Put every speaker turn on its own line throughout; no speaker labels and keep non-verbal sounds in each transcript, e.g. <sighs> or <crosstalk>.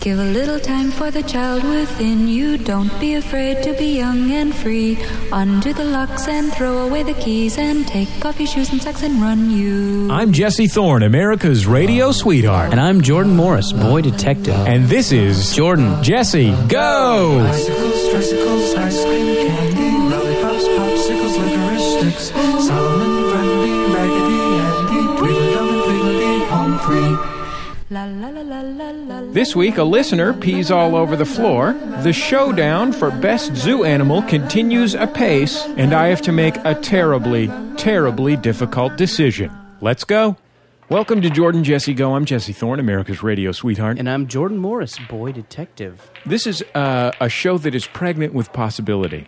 Give a little time for the child within you. Don't be afraid to be young and free. Undo the locks and throw away the keys and take off your shoes and socks and run you.
I'm Jesse Thorne, America's radio sweetheart.
And I'm Jordan Morris, boy detective.
And this is
Jordan.
Jesse Go!
Bicycles, tricycles, ice cream, candy, lollipops, popsicles, licorice sticks, Solomon, Grundy, Raggedy Andy, Tweedledum and Tweedledee, home free.
La la la la la la. la.
This week, a listener pees all over the floor. The showdown for best zoo animal continues apace, and I have to make a terribly, terribly difficult decision. Let's go. Welcome to Jordan Jesse Go. I'm Jesse Thorne, America's radio sweetheart.
And I'm Jordan Morris, boy detective.
This is uh, a show that is pregnant with possibility.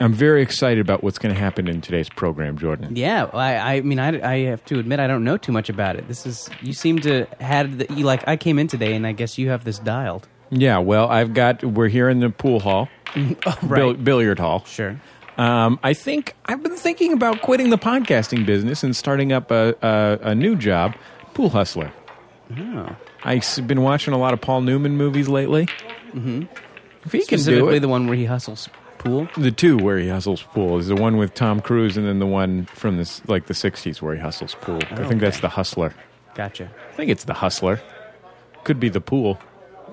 I'm very excited about what's going to happen in today's program, Jordan.
Yeah, I, I mean, I, I have to admit, I don't know too much about it. This is, you seem to had, the, you like, I came in today and I guess you have this dialed.
Yeah, well, I've got, we're here in the pool hall, bill- billiard hall.
Sure.
Um, I think I've been thinking about quitting the podcasting business and starting up a, a, a new job, pool hustler.
Oh.
I've s- been watching a lot of Paul Newman movies lately. Mm-hmm. If he can do
Specifically
it,
the one where he hustles pool.
the two where he hustles pool is the one with Tom Cruise, and then the one from this like the '60s where he hustles pool. I think that's the Hustler.
Gotcha.
I think it's the Hustler. Could be the pool.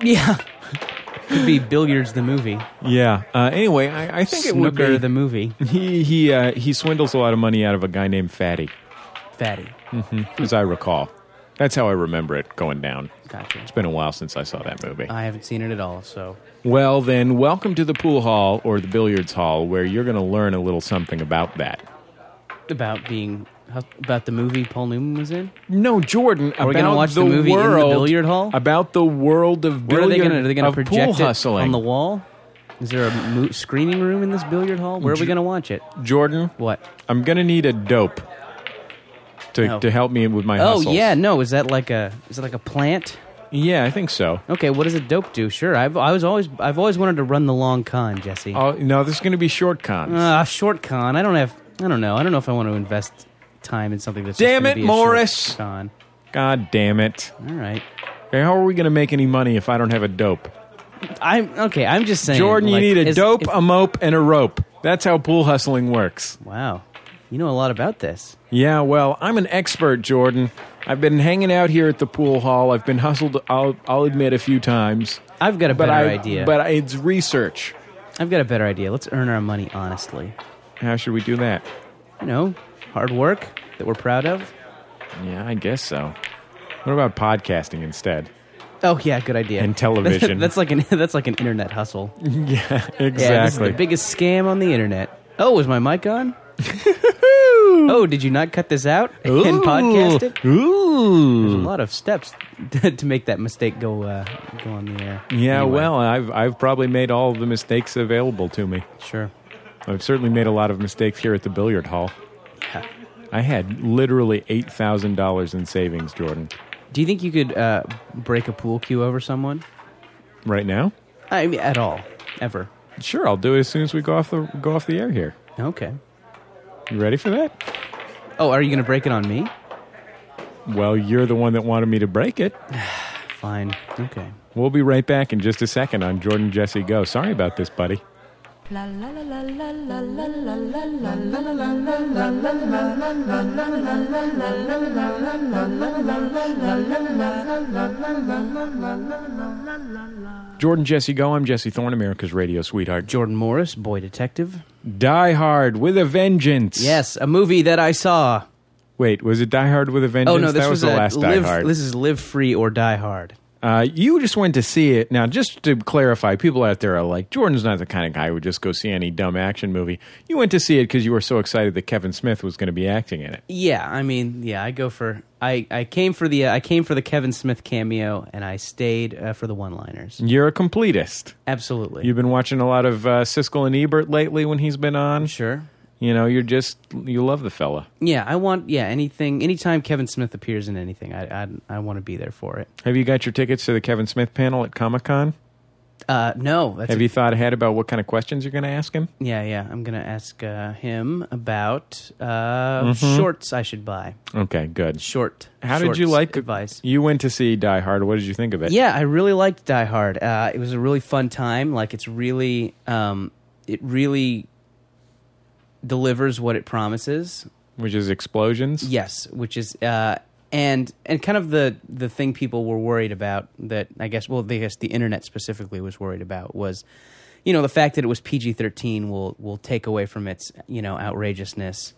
Yeah. <laughs> Could be Billiards the movie.
Yeah. Uh, anyway, I, I think
Snooker
it would
the
be
movie.
<laughs> he he uh, he swindles a lot of money out of a guy named Fatty, Mm,
Fatty.
as I recall. That's how I remember it going down.
Gotcha. Uh,
It's been a while since I saw that movie.
I haven't seen it at all, so.
Well, then, welcome to the pool hall or the billiards hall, where you're going to learn a little something about that.
About being, about the movie Paul Newman was in?
No, Jordan.
Are we
about
gonna watch the movie in the
world,
billiard hall?
About the world of
Where are
billiard.
they going to? Are they going to
of pool
project it
hustling?
on the wall? Is there a mo- screening room in this billiard hall? Where are we going to watch it?
Jordan,
What?
I'm going to need a dope to
No.
to help me with my
Oh
hustles.
yeah, no. Is that like a? Is it like a plant?
yeah, I think so.
Okay, what does a dope do? Sure, I've I was always I've always wanted to run the long con, Jesse.
Oh no, this is going to be short cons.
Ah, short con. I don't have. I don't know. I don't know if I want to invest time in something that's. just
Damn
gonna
it,
be a short
Morris.
Con.
God damn it!
All right.
Okay, how are we going to make any money if I don't have a dope?
I'm okay. I'm just saying,
Jordan,
like,
you need a
is-
dope,
if-
a mope, and a rope. That's how pool hustling works.
wow, you know a lot about this.
Yeah, well, I'm an expert, Jordan. I've been hanging out here at the pool hall. I've been hustled. I'll, I'll admit a few times.
I've got a
but
better
I,
idea.
But I, it's research.
I've got a better idea. Let's earn our money honestly.
How should we do that?
you know, hard work that we're proud of.
Yeah, I guess so. What about podcasting instead?
Oh yeah, good idea.
And television.
<laughs> that's like an <laughs> that's like an internet hustle.
<laughs> Yeah,
Yeah, this is
exactly.
the biggest scam on the internet. Oh, was my mic on?
<laughs>
oh, did you not cut this out and podcast it?
Ooh.
There's a lot of steps <laughs> to make that mistake go uh, go on the air.
Yeah,
Anyway,
well, I've I've probably made all the mistakes available to me.
sure.
I've certainly made a lot of mistakes here at the billiard hall.
Yeah.
I had literally eight thousand dollars in savings, Jordan.
Do you think you could uh, break a pool cue over someone?
Right now,
I mean, at all, ever?
sure, I'll do it as soon as we go off the go off the air here.
Okay.
You ready for that?
Oh, are you going to break it on me?
Well, you're the one that wanted me to break it.
<sighs> Fine. Okay.
We'll be right back in just a second on Jordan Jesse Go. Sorry about this, buddy.
La la la la la la la la la la la la la.
Jordan Jesse Go. I'm Jesse Thorne, America's radio sweetheart.
Jordan Morris, boy detective.
Die Hard with a Vengeance.
Yes, a movie that I saw.
Wait, was it Die Hard with a Vengeance?
Oh no, this
that was, the
a
last
live,
Die Hard.
This is Live Free or Die Hard.
Uh, you just went to see it. Now, just to clarify, people out there are like, Jordan's not the kind of guy who would just go see any dumb action movie. You went to see it because you were so excited that Kevin Smith was going to be acting in it.
Yeah, I mean, yeah, I go for I I came for the uh, I came for the Kevin Smith cameo and I stayed uh, for the one-liners.
You're a completist.
Absolutely.
You've been watching a lot of uh, Siskel and Ebert lately when he's been on.
sure?
You know, you're just, you love the fella.
Yeah, I want yeah, anything anytime Kevin Smith appears in anything, I I, I want to be there for it.
Have you got your tickets to the Kevin Smith panel at Comic Con?
Uh, no, that's
Have you thought ahead about what kind of questions you're going to ask him?
yeah, yeah. I'm gonna ask uh, him about uh,
Mm-hmm.
shorts I should buy.
Okay, good.
Short.
How did
shorts
you like
advice?
You went to see Die Hard. What did you think of it?
Yeah, I really liked Die Hard. Uh, it was a really fun time. Like it's really, um, it really delivers what it promises.
Which is explosions.
Yes, which is uh, and and kind of the the thing people were worried about that I guess well I guess the internet specifically was worried about was you know the fact that it was PG thirteen will will take away from its you know outrageousness.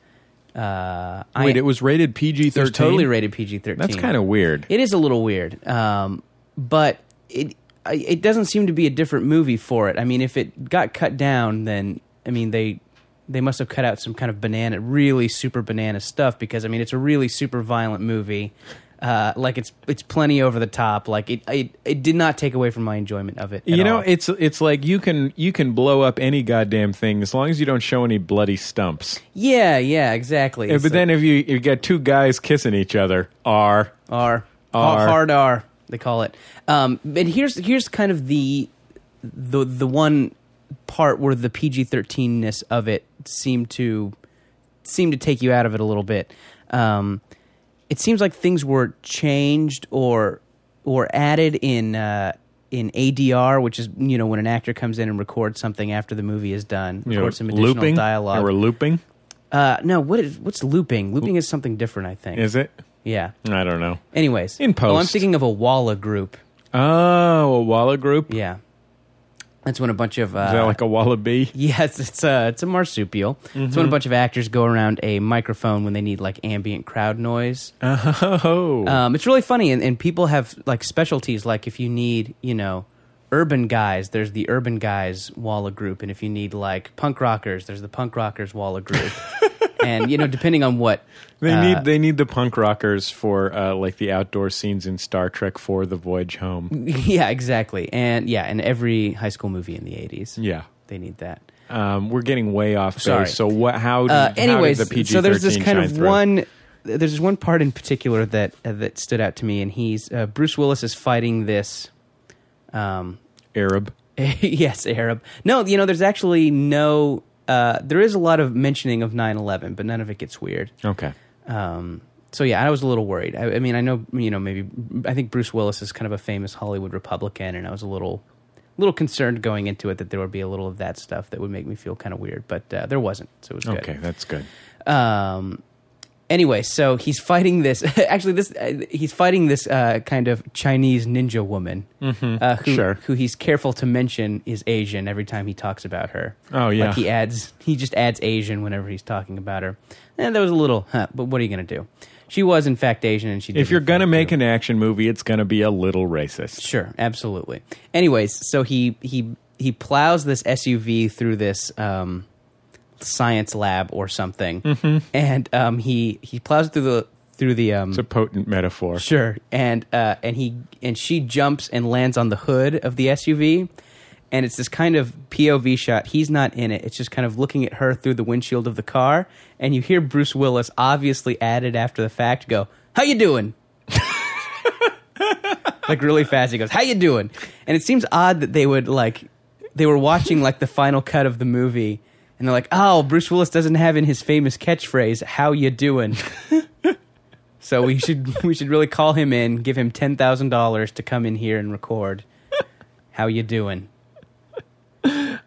Uh,
Wait, it was rated PG
it was
thirteen.
totally rated PG thirteen.
That's kind of weird.
It is a little weird, um, but it I- it doesn't seem to be a different movie for it. I mean, if it got cut down, then I mean they they must have cut out some kind of banana, really super banana stuff because I mean it's a really super violent movie. Uh, like it's it's plenty over the top. Like it it, it did not take away from my enjoyment of it. at
you know,
all.
it's it's like you can you can blow up any goddamn thing as long as you don't show any bloody stumps.
yeah, yeah, exactly.
but then if you you got two guys kissing each other, are
R.
R.
Hard R, they call it. Um, but here's here's kind of the the the one part where the PG thirteen ness of it seemed to seemed to take you out of it a little bit. Um, it seems like things were changed or or added in uh, in ADR, which is you know when an actor comes in and records something after the movie is done,
you
records
know,
some additional
looping
dialogue.
or looping?
uh, no, what is what's looping? Looping is something different, I think.
Is it?
yeah.
I don't know.
Anyways,
In
Oh, I'm
post.
thinking of a Walla group.
Oh, a Walla group.
Yeah, that's when a bunch of uh,
Is that like a
<laughs>
wallaby? Mm-hmm.
yeah, it's it's a it's a marsupial. It's when a bunch of actors go around a microphone when they need like ambient crowd noise.
Oh,
Um, it's really funny, and, and people have like specialties. Like if you need, you know, urban guys, there's the urban guys Walla group, and if you need like punk rockers, there's the punk rockers
<laughs>
Walla group. and you know, depending on what
they
uh,
need they need the punk rockers for uh, like the outdoor scenes in Star Trek for the voyage home.
<laughs> yeah, exactly, and yeah, and every high school movie in the '80s,
Yeah.
they need that.
Um, we're getting way off base.
Sorry.
So what? How? Did,
uh, anyways,
how did the PG-13
so there's this kind
shine
of
through?
one. There's this one part in particular that uh, that stood out to me, and he's uh, Bruce Willis is fighting this. Um,
Arab.
<laughs> yes, Arab. No, you know, there's actually no. Uh, there is a lot of mentioning of 9/11, but none of it gets weird.
Okay.
Um, so yeah, I was a little worried. I, I mean, I know you know maybe I think Bruce Willis is kind of a famous Hollywood Republican, and I was a little little concerned going into it that there would be a little of that stuff that would make me feel kind of weird, but uh, there wasn't, so it was good.
Okay, that's good.
Um, anyway, so he's fighting this. <laughs> Actually, this uh, he's fighting this uh, kind of Chinese ninja woman uh, who
Mm-hmm. sure.
who he's careful to mention is Asian every time he talks about her.
Oh, yeah.
like he adds he just adds Asian whenever he's talking about her. And that was a little, huh, but what are you gonna do? She was in fact Asian, and she.
If
did
you're
in
gonna
fact
make
do.
an action movie, it's gonna be a little racist.
Sure, absolutely. Anyways, so he he he plows this SUV through this um, science lab or something, and um, he he plows through the through the um,
Mm-hmm. It's a potent metaphor.
sure, and uh, and he and she jumps and lands on the hood of the SUV. And it's this kind of POV shot. He's not in it. It's just kind of looking at her through the windshield of the car, and you hear Bruce Willis, obviously added after the fact, go, "How you doing?" <laughs> like really fast. He goes, "How you doing?" And it seems odd that they would like they were watching like the final cut of the movie, and they're like, "Oh, Bruce Willis doesn't have in his famous catchphrase, how you doing."
<laughs>
so we should we should really call him in, give him ten thousand dollars to come in here and record. How you doing?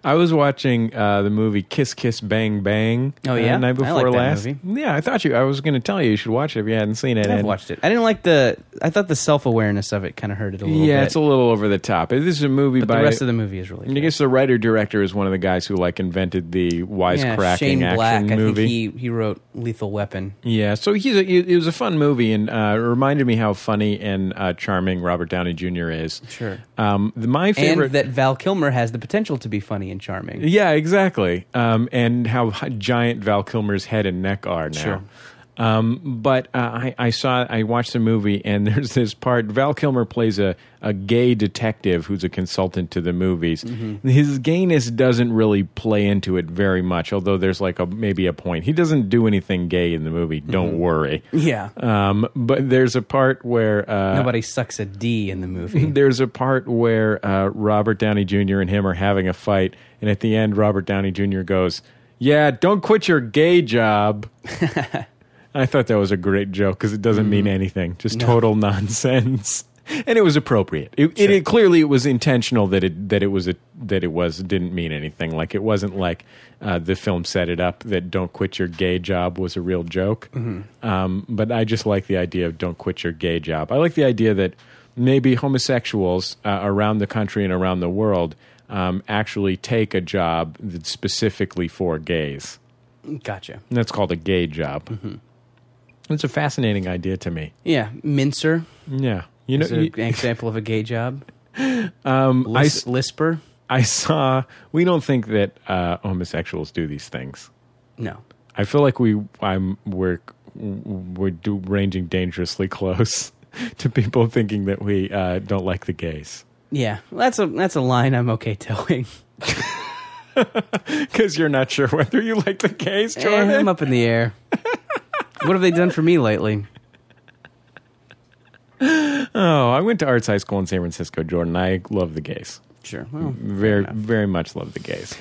I was watching uh, the movie Kiss Kiss Bang Bang.
Oh,
uh,
yeah?
the night
I like
before
that
last.
movie.
Yeah, I thought you. I was gonna tell you you should watch it if you hadn't seen it.
I've
and-
watched it. I didn't like the. I thought the self awareness of it kind of hurted a little
Yeah,
bit.
it's a little over the top. This is a movie
but
by
the rest of the movie is really.
I
Good.
guess the writer director is one of the guys who like invented the
Yeah,
wisecracking
Shane
action
Black. I
movie.
think he he wrote Lethal Weapon.
yeah, so he's a, it it was a fun movie and uh, it reminded me how funny and uh, charming Robert Downey Jr. is.
Sure.
Um, the- my favorite.
and that Val Kilmer has the potential to be funny and charming.
yeah, exactly. Um, and how h- giant Val Kilmer's head and neck are now.
Sure.
Um, but uh, I, I saw, I watched the movie, and <laughs> there's this part. Val Kilmer plays a, a gay detective who's a consultant to the movies.
Mm-hmm.
His gayness doesn't really play into it very much, although there's like a maybe a point. He doesn't do anything gay in the movie. Don't worry.
Yeah.
Um, but there's a part where uh,
Nobody sucks a D in the
<laughs>
movie.
there's a part where uh, Robert Downey Jr. and him are having a fight, and at the end, Robert Downey Jr. goes, "Yeah, don't quit your gay job." I thought that was a great joke because it doesn't
Mm.
mean anything, just total <laughs> nonsense, and it was appropriate. It, it, it- clearly it was intentional that it that it was a, that it was didn't mean anything. Like it wasn't like uh, the film set it up that "Don't quit your gay job" was a real joke. Um, but I just like the idea of "Don't quit your gay job." I like the idea that maybe homosexuals uh, around the country and around the world um, actually take a job that's specifically for gays.
Gotcha.
And that's called a gay job.
Mm-hmm.
It's a fascinating idea to me.
Yeah. Mincer
Yeah. You know,
is a-
you-
an example of a gay job.
<laughs> um, I,
Lis-
s-
Lisper?
I saw, we don't think that uh, homosexuals do these things.
No.
I feel like we, I'm, we're, we're do, ranging dangerously <laughs> close to people thinking that we uh, don't like the gays.
Yeah. That's a that's a line I'm
<laughs>
okay telling.
Because you're not sure whether you like the gays,
Eh,
Jordan.
I'm up in
<laughs>
the air. what have they done for me lately?
oh, I went to arts high school in San Francisco, Jordan. I love the gays.
Sure. Well,
Very, very much love the gays.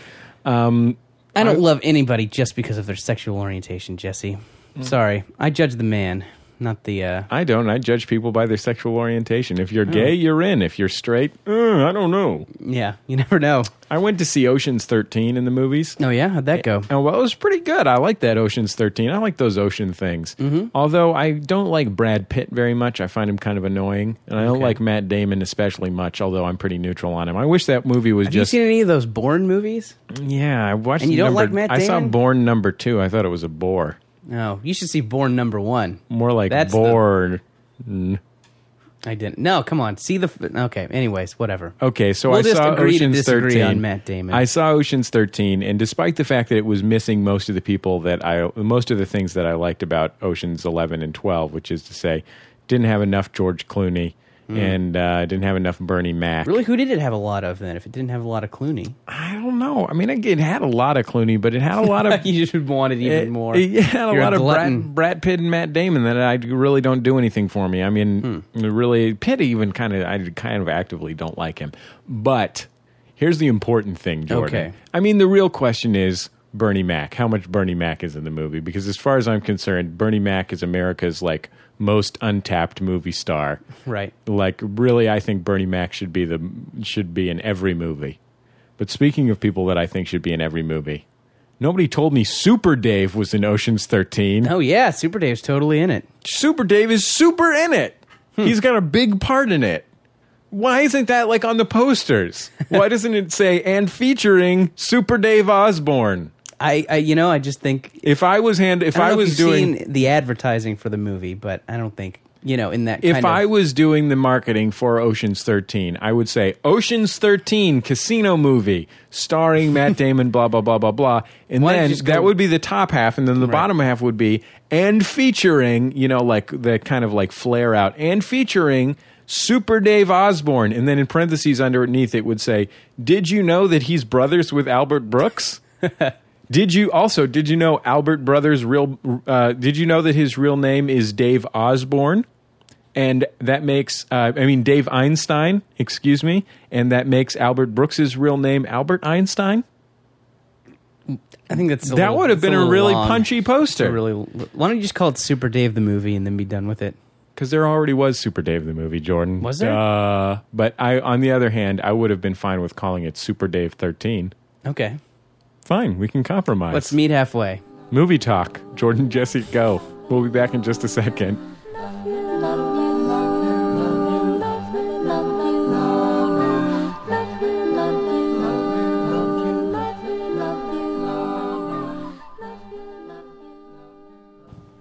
Um,
I don't love anybody just because of their sexual orientation, Jesse.
Mm.
Sorry. I judge the man, not the uh Oh.
I don't. I judge people by their sexual orientation. If you're gay, you're in. If you're straight, uh, I don't know.
yeah, <laughs> you never know.
I went to see Ocean's 13 in the movies.
Oh yeah, how'd that go?
And well, it was pretty good. I like that Ocean's 13. I like those ocean things.
Mm-hmm.
Although I don't like Brad Pitt very much. I find him kind of annoying. And I don't like Matt Damon especially much, although I'm pretty neutral on him. I wish that movie was
Have
just.
you seen any of those Bourne movies?
yeah, I watched
And you don't
number-
like Matt
I saw
Damon?
Born number two. I thought it was a bore.
No, Oh, you should see Born Number One.
More like
That's the-
bored.
I didn't. No, come on. See the. f- Okay. Anyways, whatever.
Okay, so
We'll
I
just
saw
agree to
Ocean's
disagree
13.
on Matt Damon.
I saw Ocean's 13 and despite the fact that it was missing most of the people that I most of the things that I liked about Ocean's 11 and 12, which is to say didn't have enough George Clooney
Hmm.
and uh, didn't have enough Bernie Mac.
Really, who did it have a lot of then? If it didn't have a lot of Clooney,
I don't know. I mean, it it had a lot of Clooney, but it had a
<laughs>
lot of <laughs>
you just wanted even
it-
more.
It, it had Eh, a
You're
lot of
glutton.
Brad, Brad Pitt and Matt Damon that I really don't do anything for me. I mean,
Hmm.
really, Pitt even kind of I kind of actively don't like him. But here's the important thing, Jordan.
Okay.
I mean, the real question is Bernie Mac. How much Bernie Mac is in the movie? Because as far as I'm concerned, Bernie Mac is America's like most untapped movie star.
Right.
Like really, I think Bernie Mac should be the should be in every movie. But speaking of people that I think should be in every movie, nobody told me Super Dave was in Ocean's Thirteen.
Oh yeah, Super Dave's totally in it. Hmm.
Super Dave is super in it. He's got a big part in it. Why isn't that like on the
<laughs>
posters? Why doesn't it say and featuring Super Dave Osborne?
I, I you know, I just think
Hmm. If I was hand, if
I, don't
I,
know if
was
you've
doing,
seen the advertising for the movie, but I don't think you know in that.
if
kind
I
of,
was doing the marketing for Ocean's 13, I would say Ocean's 13 casino movie starring
<laughs>
Matt Damon, blah, blah, blah, blah, blah. And
Why don't you
then
just
that
go-
would be the top half. And then the bottom half would be, and featuring, you know, like the kind of like flare out, and featuring Super Dave Osborne. And then in parentheses underneath, it would say, Did you know that he's brothers with Albert Brooks? Did you also did you know Albert Brothers real uh, did you know that his real name is Dave Osborne? and that makes uh, I mean Dave Einstein, excuse me, and that makes Albert Brooks's real name Albert Einstein.
I think that's a
that
little-
would have
it's
been a
little
really
long.
punchy
It's a
poster
Really, why don't you just call it Super Dave the movie and then be done with it?
because there already was Super Dave the movie Jordan.
Was there?
Uh, but I, on the other hand, I would have been fine with calling it Super Dave Thirteen.
Okay,
Fine, we can compromise.
let's meet halfway.
Movie talk. Jordan, <laughs> Jesse, go. We'll be back in just a second.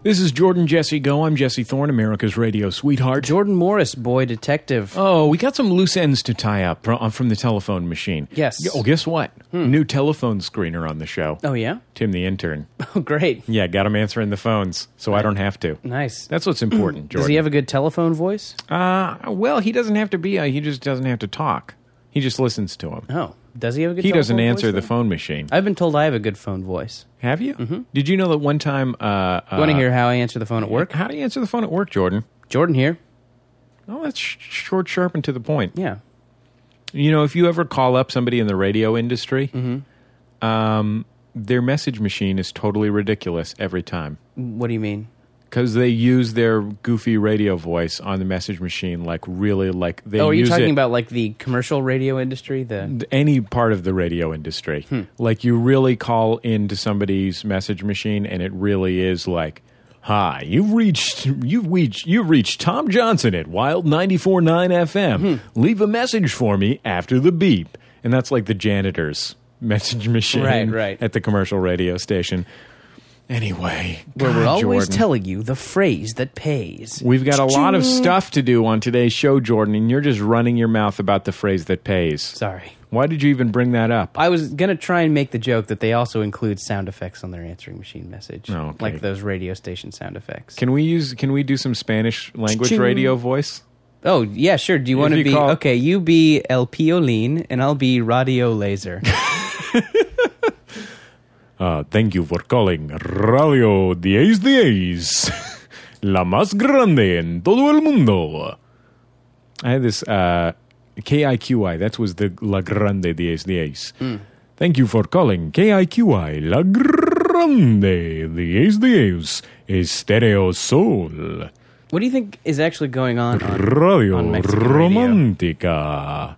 This is Jordan Jesse Go. I'm Jesse Thorne, America's radio sweetheart.
Jordan Morris, boy detective.
Oh, we got some loose ends to tie up fro- uh, from the telephone machine.
Yes.
Oh, guess what? New telephone screener on the show.
Hmm. Oh, yeah?
Tim the intern.
<laughs> Oh, great.
Yeah, got him answering the phones, so I don't have to.
Nice.
That's what's <clears throat> important, Jordan.
<clears throat> Does he have a good telephone voice?
uh, well, he doesn't have to be. Uh, he just doesn't have to talk. He just listens to him.
Oh, does he have a good
He doesn't
telephone
answer
voice,
the
though?
phone machine.
I've been told I have a good phone voice.
Have you? Mm-hmm. Did you know that one time? Uh, uh,
Want to hear how I answer the phone at work?
How do you answer the phone at work, Jordan?
Jordan here.
Oh, that's sh- short, sharp, and to the point.
Yeah.
You know, if you ever call up somebody in the radio industry, um,
Mm-hmm.
their message machine is totally ridiculous every time
What do you mean?
because they use their goofy radio voice on the message machine, like really, like they.
oh, are you
use
talking
it-
about like the commercial radio industry? The
any part of the radio industry.
Hmm.
Like you really call into somebody's message machine, and it really is like, "Hi, you've reached you've reached you've reached Tom Johnson at Wild 94.9 FM.
Hmm.
Leave a message for me after the beep." And that's like the janitor's <laughs> message machine,
Right, right.
at the commercial radio station. Anyway,
where we're
God,
always
Jordan.
telling you the phrase that pays.
We've got a lot of stuff to do on today's show, Jordan, and you're just running your mouth about the phrase that pays.
Sorry.
Why did you even bring that up?
I was gonna try and make the joke that they also include sound effects on their answering machine message,
Oh, okay.
like those radio station sound effects.
Can we use? Can we do some Spanish language
Ching.
radio voice?
oh yeah, sure. Do you
If
want to
you
be
call-
okay? You be El Piolín, and I'll be
<laughs>
Radio Laser.
Uh, thank you for calling Radio Diez Diez, <laughs> la más grande en todo el mundo. I had this uh, KIQI. That was the La Grande Diez Diez. Thank you for calling KIQI La Grande Diez Diez Estereo Sol
what do you think is actually going on? on
Radio
on Mexican radio?
Romantica.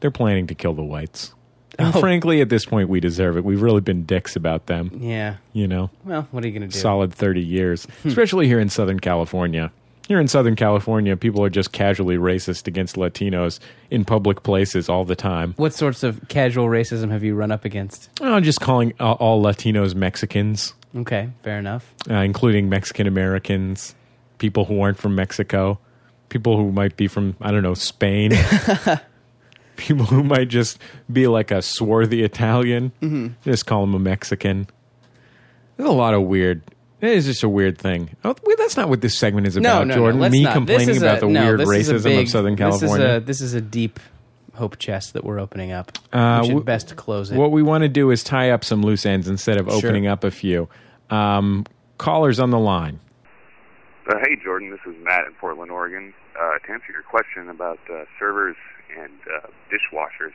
They're planning to kill the whites. And
Oh.
frankly, at this point, we deserve it. We've really been dicks about them,
Yeah.
you know?
Well, what are you gonna do? Hmm.
Solid 30 years, especially here in Southern California. Here in Southern California, people are just casually racist against Latinos in public places all the time.
What sorts of casual racism have you run up against?
Oh, just calling uh, all Latinos Mexicans,
Okay, fair enough.
uh, including Mexican Americans, people who aren't from Mexico, people who might be from, I don't know,
<laughs>
Spain, people who might just be like a swarthy Italian.
Mm-hmm.
Just call them a Mexican. There's a lot of weird. It is just a weird thing. Oh, wait, that's not what this segment is about,
no,
Jordan.
no, let's
Me
not. This
complaining
is
about
a-
the
no,
weird
this is a
racism
big-
of Southern
This is a,
California.
this is a deep hope chest that we're opening up.
Uh,
we should
w-
best close it.
What we want to do is tie up some loose ends instead of opening up a few. Um, callers on the line.
Uh, hey, Jordan, this is Matt in Portland, Oregon. Uh, to answer your question about uh, servers and uh, dishwashers,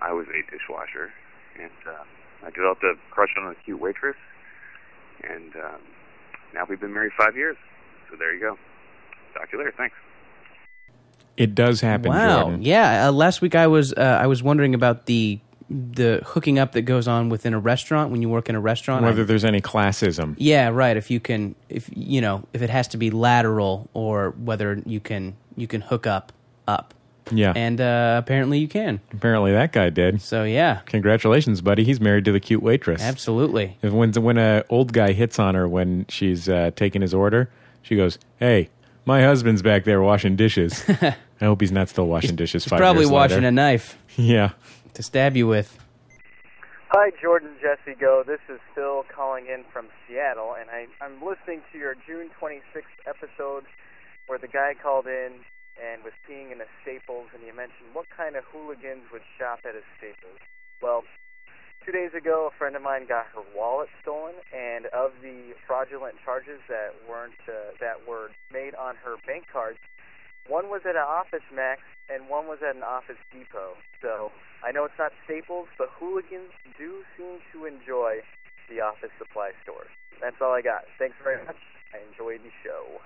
I was a dishwasher, and uh, I developed a crush on a cute waitress, and um, now we've been married five years. So there you go. Talk to you later. Thanks.
It does happen.
wow.
Jordan.
Yeah. Uh, last week I was uh, I was wondering about the the hooking up that goes on within a restaurant when you work in a restaurant.
Whether
I-
there's any classism.
yeah, right. If you can, if you know, if it has to be lateral or whether you can you can hook up up,
Yeah.
and uh, apparently you can.
apparently that guy did.
So yeah,
Congratulations, buddy. He's married to the cute waitress.
absolutely.
If When when a old guy hits on her when she's uh, taking his order, she goes, "Hey, my husband's back there washing
<laughs>
dishes. I hope he's not still washing dishes. five
Probably
years
washing a
later.
knife
<laughs> Yeah,
to stab you with.
Hi, Jordan, Jesse, go. This is Phil calling in from Seattle, and I, I'm listening to your June 26th episode where the guy called in and was peeing in a Staples, and you mentioned what kind of hooligans would shop at a Staples. Well, two days ago, a friend of mine got her wallet stolen, and of the fraudulent charges that weren't uh, that were made on her bank cards, one was at an Office Max and one was at an Office Depot. So I know it's not Staples, but hooligans do seem to enjoy the office supply stores. That's all I got. Thanks very much. I enjoyed the show.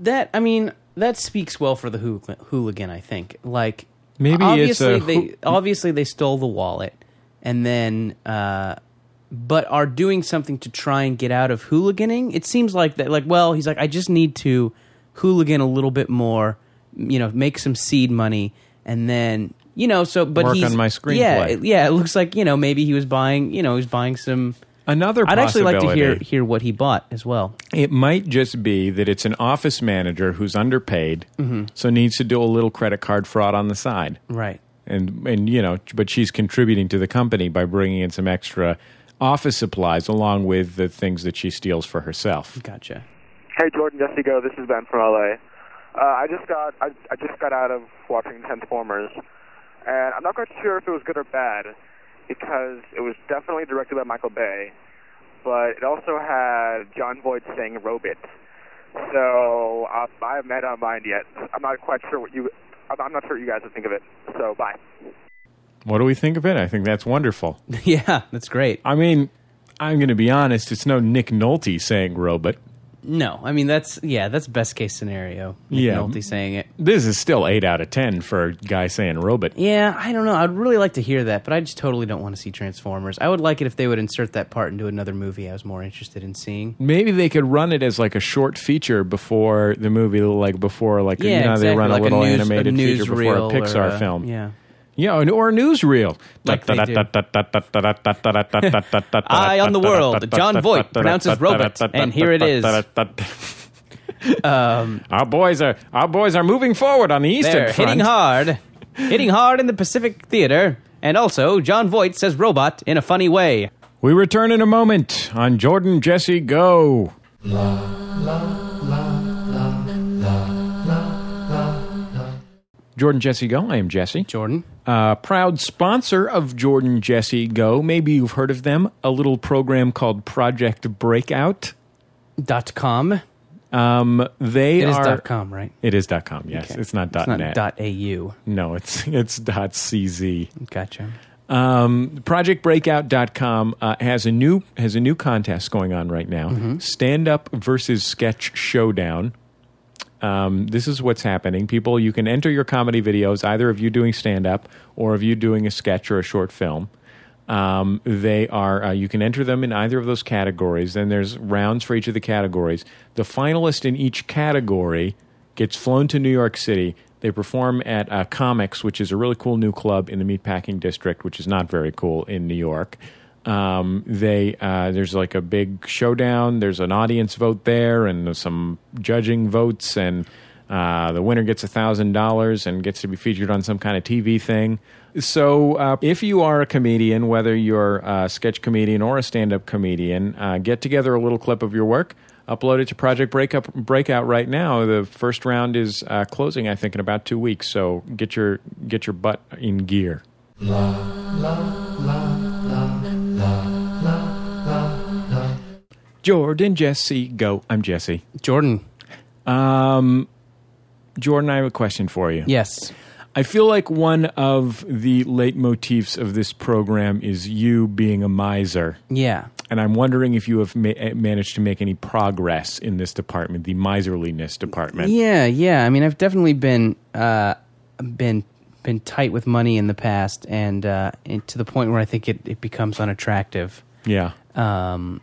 That I mean, that speaks well for the hooligan. hooligan I think. Like
Maybe it's
obviously
a
they
hoo-
obviously they stole the wallet, and then uh, but are doing something to try and get out of hooliganing. It seems like that. Like well, he's like I just need to hooligan a little bit more. You know, make some seed money, and then you know. So but
Work
he's
on my
Yeah,
screenplay.
it- yeah. It looks like you know maybe he was buying you know he was buying some
Another
I'd actually like to hear
possibility-
hear what he bought as well.
It might just be that it's an office manager who's underpaid, so needs to do a little credit card fraud on the side,
Right.
and and you know, but she's contributing to the company by bringing in some extra office supplies along with the things that she steals for herself.
Gotcha.
Hey Jordan, Jesse Go. This is Ben from LA. Uh, I just got I, I just got out of watching Transformers, and I'm not quite sure if it was good or bad, because it was definitely directed by Michael Bay, but it also had John Boyd saying "robot," so uh, I have made up my mind yet. I'm not quite sure what you I'm I'm not sure what you guys would think of it. So bye.
What do we think of it? I think that's wonderful.
<laughs> yeah, that's great.
I mean, I'm going to be honest. It's no Nick Nolte saying robot.
No, I mean that's yeah, that's best case scenario. Nick
Yeah.
Nolte saying it.
This is still eight out of ten for a guy saying robot.
Yeah, I don't know. I'd really like to hear that, but I just totally don't want to see Transformers. I would like it if they would insert that part into another movie I was more interested in seeing.
Maybe they could run it as like a short feature before the movie, like before, like
yeah,
you know,
exactly.
they run
like
a little
news-
animated feature before a
newsreel or
Pixar
a-
film.
Yeah.
yeah, and- or a newsreel.
Like they do. Eye on the world. John Voight pronounces robot, and here it
<laughs>
is. Um,
our boys are our boys are moving forward on the eastern
They're hitting
front.
hard. hitting hard in the Pacific Theater. And also, John Voight says robot in a funny way.
We return in a moment on Jordan Jesse Go. Jordan Jesse Go, I am Jesse.
Jordan.
uh, proud sponsor of Jordan Jesse Go. Maybe you've heard of them, a little program called Project Breakout.
Dot com.
Um, they
It is
are.
dot com, right?
It is dot com, yes. It's not dot
It's not
net.
dot au.
no, it's, it's dot cz.
Gotcha.
Um, projectbreakout.com uh, has a new has a new contest going on right now. Stand up versus sketch showdown. Um, this is what's happening. People, you can enter your comedy videos, either of you doing stand up or of you doing a sketch or a short film. Um, they are uh, you can enter them in either of those categories. Then there's rounds for each of the categories. The finalist in each category gets flown to New York City. They perform at uh, Comics, which is a really cool new club in the Meatpacking District, which is not very cool in New York. Um, they uh, there's like a big showdown. There's an audience vote there, and some judging votes, and uh, the winner gets thousand dollars and gets to be featured on some kind of TV thing. So, uh, if you are a comedian, whether you're a sketch comedian or a stand-up comedian, uh, get together a little clip of your work, upload it to Project Breakup Breakout right now. The first round is uh, closing, I think, in about two weeks. So get your get your butt in gear. Jordan, Jesse, go. I'm Jesse.
Jordan.
Um, Jordan, I have a question for you.
Yes.
I feel like one of the leitmotifs of this program is you being a miser.
Yeah.
And I'm wondering if you have ma- eh, managed to make any progress in this department, the miserliness department.
Yeah, yeah. I mean, I've definitely been uh, been been tight with money in the past, and, uh, and to the point where I think it, it becomes unattractive
Yeah.
um,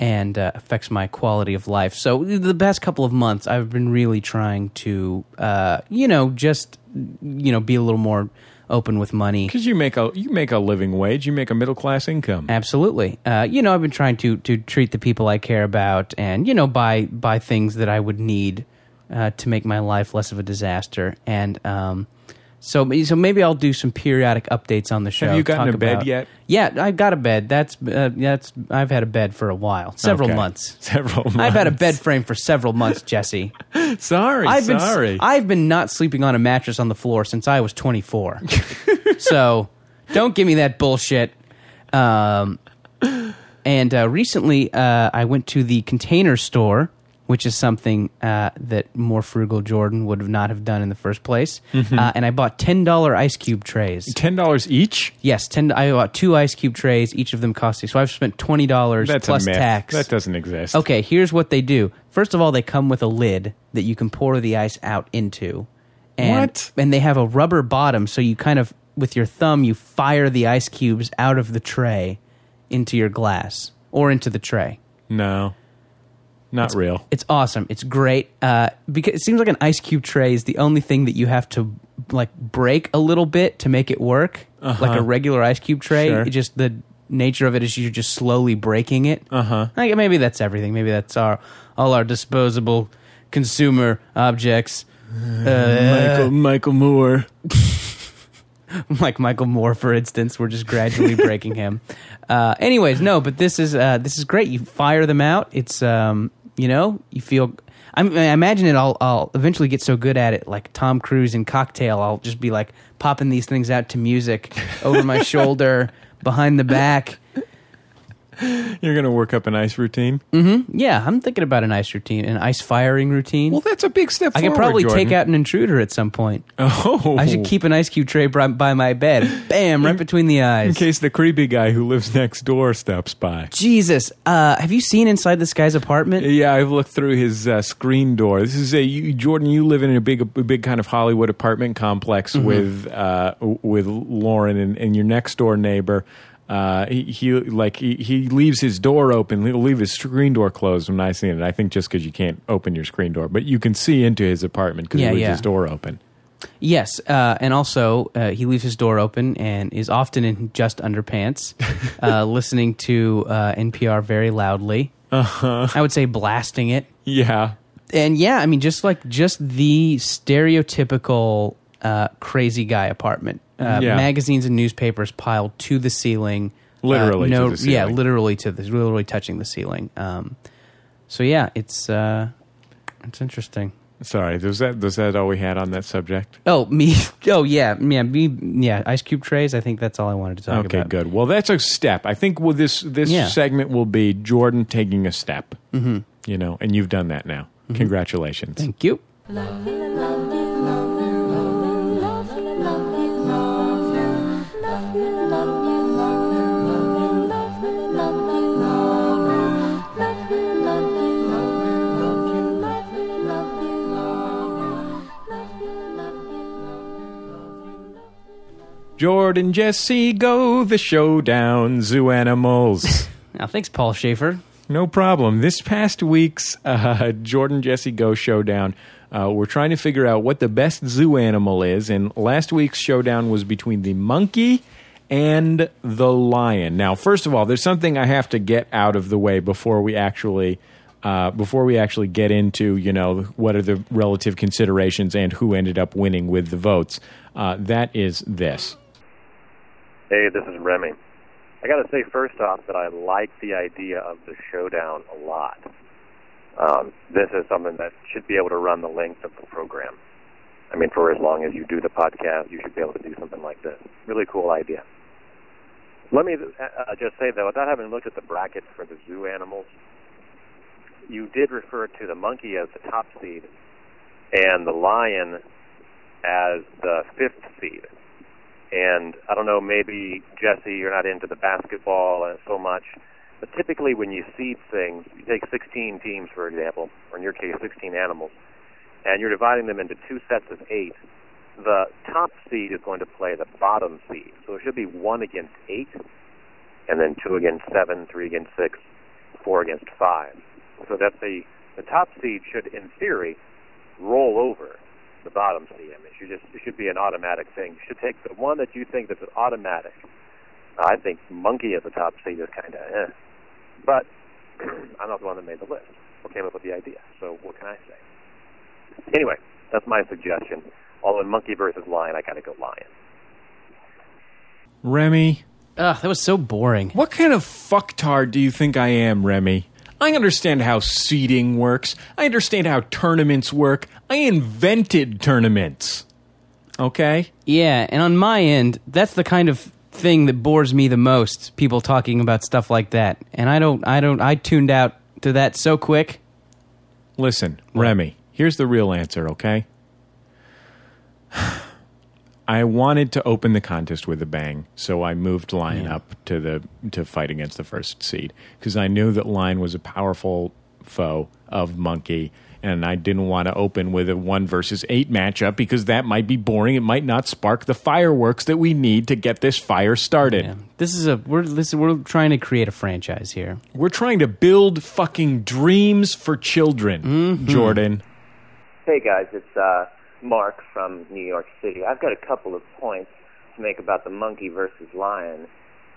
and uh, affects my quality of life. So the past couple of months, I've been really trying to, uh, you know, just you know, be a little more open with money.
Because you make a you make a living wage, you make a middle class income.
Absolutely. Uh, you know, I've been trying to to treat the people I care about, and you know, buy buy things that I would need uh, to make my life less of a disaster. And um, so, so maybe I'll do some periodic updates on the show.
you gotten
talk
a bed
about-
yet?
Yeah, I've got a bed. That's uh, that's I've had a bed for a while, several
Okay.
months.
<laughs> Several months.
I've had a bed frame for
<laughs>
several months, Jesse.
Sorry,
I've been
sorry.
I've been not sleeping on a mattress on the floor since I was 24. <laughs> so don't give me that bullshit. Um, and uh, recently, uh, I went to the Container Store, which is something uh, that more frugal Jordan would have not have done in the first place. Uh, and I bought ten dollar ice cube trays.
Mm-hmm. Ten dollars each.
Yes, ten. I bought two ice cube trays. Each of them cost. So I've spent twenty dollars
That's
plus
a myth.
tax.
That doesn't exist.
Okay, here's what they do. First of all, they come with a lid that you can pour the ice out into. And,
What?
And they have a rubber bottom, so you kind of, with your thumb, you fire the ice cubes out of the tray into your glass or into the tray.
No, not real.
It's awesome. It's great. Uh, because it seems like an ice cube tray is the only thing that you have to
Uh-huh.
like break a little bit to make it work. Like a regular ice cube tray,
Sure.
it just the nature of it is you're just slowly breaking it.
Uh-huh.
Like, maybe that's everything. Maybe that's our all our disposable consumer objects. Uh,
<sighs> Michael Michael
<laughs>
Moore.
like Michael Moore, for instance, we're just gradually
<laughs>
breaking him. Uh, anyways, no, but this is uh, this is great. You fire them out. It's um, you know, you feel. I, I imagine it. I'll I'll eventually get so good at it, like Tom Cruise in Cocktail. I'll just be like popping these things out to music over my
<laughs>
shoulder, behind the back.
You're gonna work up a nice routine.
Mm-hmm. Yeah, I'm thinking about an ice routine, an ice firing routine.
Well, that's a big step.
I could
forward,
probably
Jordan.
take out an intruder at some point.
Oh,
I should keep an ice cube tray by, by my bed. Bam, right between the
in
eyes.
case the creepy guy who lives next door stops by.
Jesus, uh, have you seen inside this guy's apartment?
Yeah, I've looked through his uh, screen door. This is a you, Jordan. You live in a big, a big kind of Hollywood apartment complex
Mm-hmm.
with uh, w- with Lauren and, and your next door neighbor. Uh, he, he like he, he leaves his door open. He'll leave his screen door closed when I see it. I think just because you can't open your screen door, but you can see into his apartment because
Yeah,
he leaves
yeah.
his door open.
Yes, uh, and also uh, he leaves his door open and is often in
<laughs>
just underpants, uh, listening to uh, NPR very loudly. Uh-huh. I would say blasting it.
Yeah,
and yeah, I mean, just like just the stereotypical uh, crazy guy apartment. Uh,
Yeah.
Magazines and newspapers piled to the ceiling. Uh,
Literally to
no,
the ceiling.
yeah, literally to the literally touching the ceiling. Um, so yeah, it's uh, it's interesting.
sorry. Was that was that all we had on that subject?
Oh me, <laughs> oh yeah, yeah, me, yeah. Ice cube trays. I think that's all I wanted to talk
Okay,
about.
good. Well, that's a step. I think well, this this
Yeah.
segment will be Jordan taking a step. Mm-hmm. You know, and you've done that now. Congratulations.
Mm-hmm. Thank you.
Jordan Jesse go the showdown zoo animals.
<laughs> Now, thanks, Paul Schaefer.
no problem. This past week's <laughs> uh, Jordan Jesse go showdown. Uh, we're trying to figure out what the best zoo animal is, and last week's showdown was between the monkey and the lion. Now, first of all, there's something I have to get out of the way before we actually uh, before we actually get into you know what are the relative considerations and who ended up winning with the votes. Uh, that is this.
Hey, this is Remy. I got to say first off that I like the idea of the showdown a lot. Um, this is something that should be able to run the length of the program. I mean, for as long as you do the podcast, you should be able to do something like this. Really cool idea. Let me uh, uh, just say, though, without having looked at the bracket for the zoo animals, you did refer to the monkey as the top seed and the lion as the fifth seed. And I don't know, maybe Jesse, you're not into the basketball uh, so much, but typically when you seed things, you take 16 teams, for example, or in your case, 16 animals, and you're dividing them into two sets of eight. The top seed is going to play the bottom seed, so it should be one against eight, and then two against seven, three against six, four against five. So that the the top seed should, in theory, roll over the bottom seed. I mean, it should just it should be an automatic thing. You should take the one that you think that's automatic. I think monkey at the top seed is kind of, eh. but I'm not the one that made the list or came up with the idea. So what can I say? Anyway, that's my suggestion. Although in monkey versus lion, I gotta go lion.
Remy,
Ugh, that was so boring.
What kind of fucktard do you think I am, Remy? I understand how seeding works. I understand how tournaments work. I invented tournaments. Okay?
Yeah, and on my end, that's the kind of thing that bores me the most. People talking about stuff like that, and I don't, I don't, I tuned out to that so quick.
Listen, Remy, here's the real answer, okay? <sighs> I wanted to open the contest with a bang, so I moved Lion up to the to fight against the first seed because I knew that Lion was a powerful foe of Monkey, and I didn't want to open with a one versus eight matchup because that might be boring. It might not spark the fireworks that we need to get this fire started.
Yeah. This is a we're this we're trying to create a franchise here.
We're trying to build fucking dreams for children,
Mm-hmm.
Jordan.
<coughs> Hey guys, it's uh, Mark from New York City. I've got a couple of points to make about the monkey versus lion.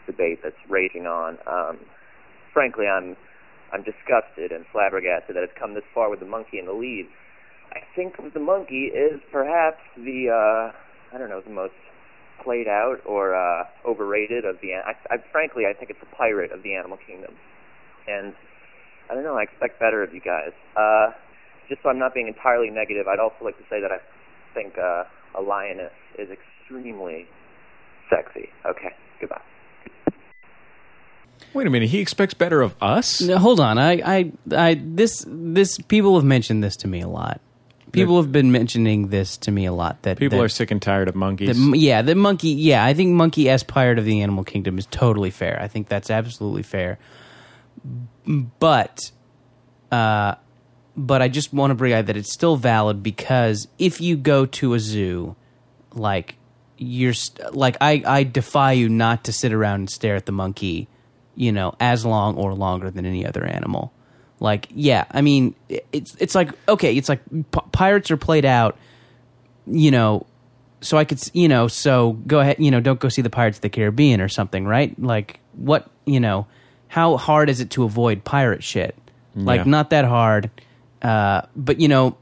debate that's raging on. Um, frankly, I'm I'm disgusted and flabbergasted that it's come this far with the monkey in the lead. I think that the monkey is perhaps the uh, I don't know the most played out or uh, overrated of the. an- I, I frankly I think it's a pirate of the animal kingdom, and I don't know. I expect better of you guys. Uh, just so I'm not being entirely negative, I'd also like to say that I think uh, a lioness is extremely sexy. Okay, goodbye.
Wait a minute. He expects better of us?
No, hold on. I, I, I, this, this. People have mentioned this to me a lot. People have been mentioning this to me a lot. That
People
that,
are sick and tired of monkeys.
that m- yeah, the monkey. Yeah, I think monkey as pirate of the animal kingdom is totally fair. I think that's absolutely fair. But, uh, but I just want to bring out that it's still valid because if you go to a zoo, like you're st- like I, I defy you not to sit around and stare at the monkey you know as long or longer than any other animal like yeah i mean i- it's it's like okay it's like p- pirates are played out you know so i could s- you know so go ahead you know don't go see the pirates of the caribbean or something right like what you know how hard is it to avoid pirate shit like
Yeah.
not that hard uh but you know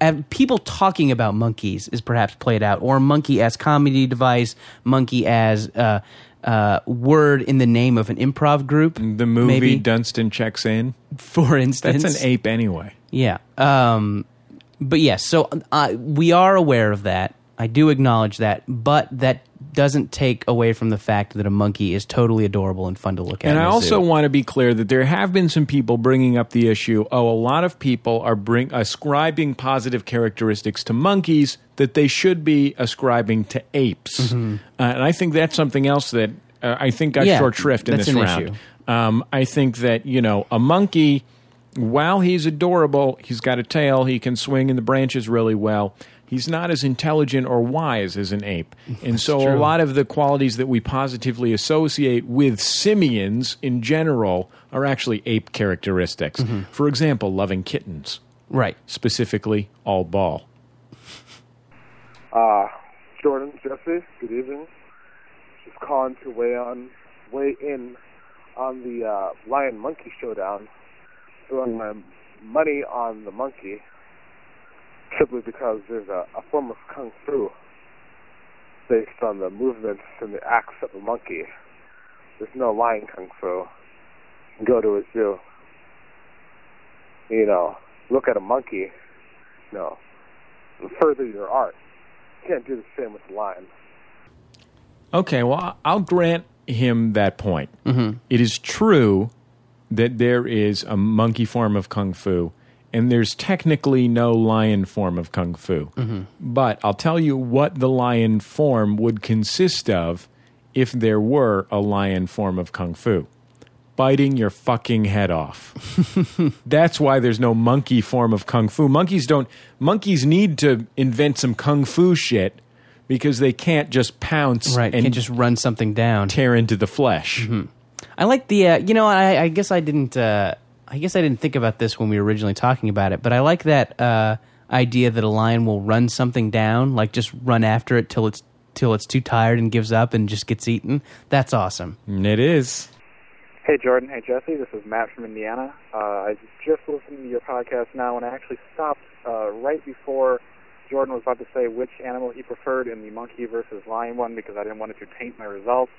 have people talking about monkeys is perhaps played out, or monkey as comedy device, monkey as uh, uh, word in the name of an improv group.
the movie
maybe,
Dunstan checks in.
for instance,
That's an ape anyway.
yeah. Um, but yes, so uh, we are aware of that. I do acknowledge that, but that doesn't take away from the fact that a monkey is totally adorable and fun to look at.
And
in
I
a
also
zoo.
want to be clear that there have been some people bringing up the issue. Oh, a lot of people are bring, ascribing positive characteristics to monkeys that they should be ascribing to apes.
Mm-hmm.
Uh, and I think that's something else that uh, I think got
Yeah,
short shrift in
that's
this
an
round. Um, I think that you know a monkey, while he's adorable, he's got a tail, he can swing in the branches really well. He's not as intelligent or wise as an
<laughs>
ape, and so a
true.
lot of the qualities that we positively associate with simians in general are actually ape characteristics. For example, loving kittens,
Mm-hmm. right.
specifically all ball.
Uh, Jordan, Jesse, good evening. Just calling to weigh on, weigh in on the uh, lion monkey showdown. Throwing my money on the monkey simply because there's a, a form of kung fu based on the movements and the acts of a monkey. There's no lion kung fu. You can Go to a zoo. You know, look at a monkey. No, further your art can't do the same with the lion.
Okay, well, I- I'll grant him that point. It is true that there is a monkey form of kung fu, and there's technically no lion form of kung fu. But I'll tell you what the lion form would consist of if there were a lion form of kung fu biting your fucking head off.
<laughs>
That's why there's no monkey form of kung fu. Monkeys don't. Monkeys need to invent some kung fu shit because they can't just pounce
Right.
and
Can't just run something down. Mm-hmm.
tear into the flesh.
I like the uh, you know I, I guess I didn't uh, I guess I didn't think about this when we were originally talking about it, but I like that uh, idea that a lion will run something down, like just run after it till it's till it's too tired and gives up and just gets eaten. That's awesome.
And It is.
Hey, Jordan. Hey, Jesse. This is Matt from Indiana. Uh, I was just listening to your podcast now, and I actually stopped uh, right before Jordan was about to say which animal he preferred in the monkey versus lion one because I didn't want it to taint my results.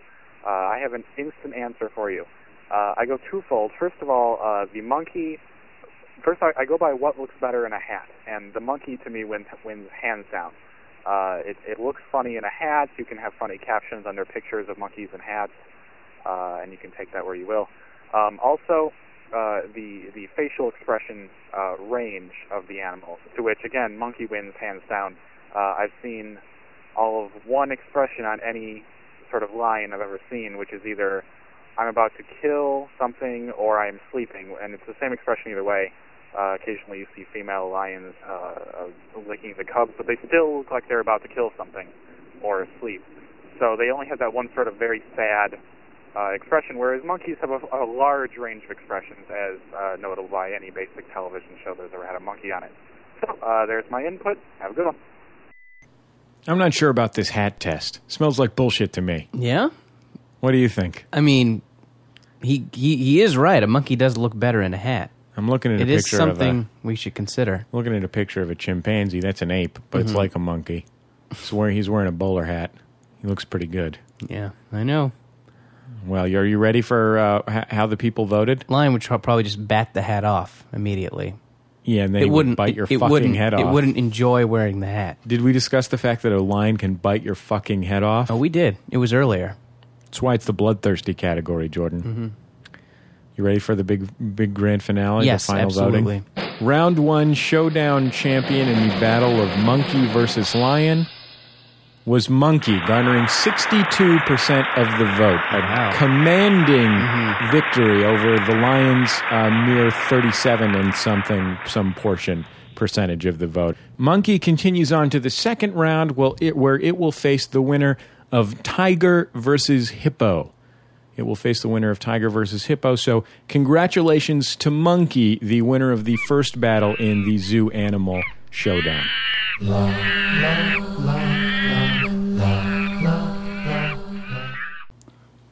Uh, I have an instant answer for you. Uh, I go twofold. First of all, uh, the monkey. First, I, I go by what looks better in a hat, and the monkey to me wins, wins hands down. Uh, it, it looks funny in a hat. You can have funny captions under pictures of monkeys in hats uh, and you can take that where you will. Um, also, uh, the the facial expression uh, range of the animals, to which again, monkey wins hands down. Uh, I've seen all of one expression on any sort of lion I've ever seen, which is either I'm about to kill something or I'm sleeping, and it's the same expression either way. Uh, occasionally, you see female lions uh, uh, licking the cubs, but they still look like they're about to kill something or sleep. So they only have that one sort of very sad uh, expression, whereas monkeys have a, a large range of expressions, as uh, notable by any basic television show that's ever had a monkey on it. So uh, there's my input. Have a good one.
I'm not sure about this hat test. Smells like bullshit to me.
Yeah.
What do you think?
I mean, he, he he is right. A monkey does look better in a hat.
I'm looking at
It
a
is
picture
something
of
we should consider.
a looking at a picture of a chimpanzee. That's an ape, but it's
Mhm.
like a monkey. He's wearing, he's wearing a bowler hat. He looks pretty good.
Yeah, I know.
Well, are you ready for uh, h- how the people voted?
Lion would tr- probably just bat the hat off immediately.
Yeah, and then
it
he would
wouldn't
bite your
it
fucking
wouldn't,
head off.
It wouldn't enjoy wearing the hat.
Did we discuss the fact that a lion can bite your fucking head off? Oh,
we did. It was earlier.
That's why it's the bloodthirsty category, Jordan. You ready for the big, big grand finale?
Mm-hmm. Yes,
the final
absolutely.
voting. Round one showdown champion in the battle of monkey versus lion was monkey, garnering sixty-two percent of the vote, a commanding victory over the lions' uh, mere thirty-seven and something, some portion percentage of the vote. Monkey continues on to the second round, well, it, where it will face the winner of tiger versus hippo. It will face the winner of Tiger versus Hippo. So, congratulations to Monkey, the winner of the first battle in the Zoo Animal Showdown.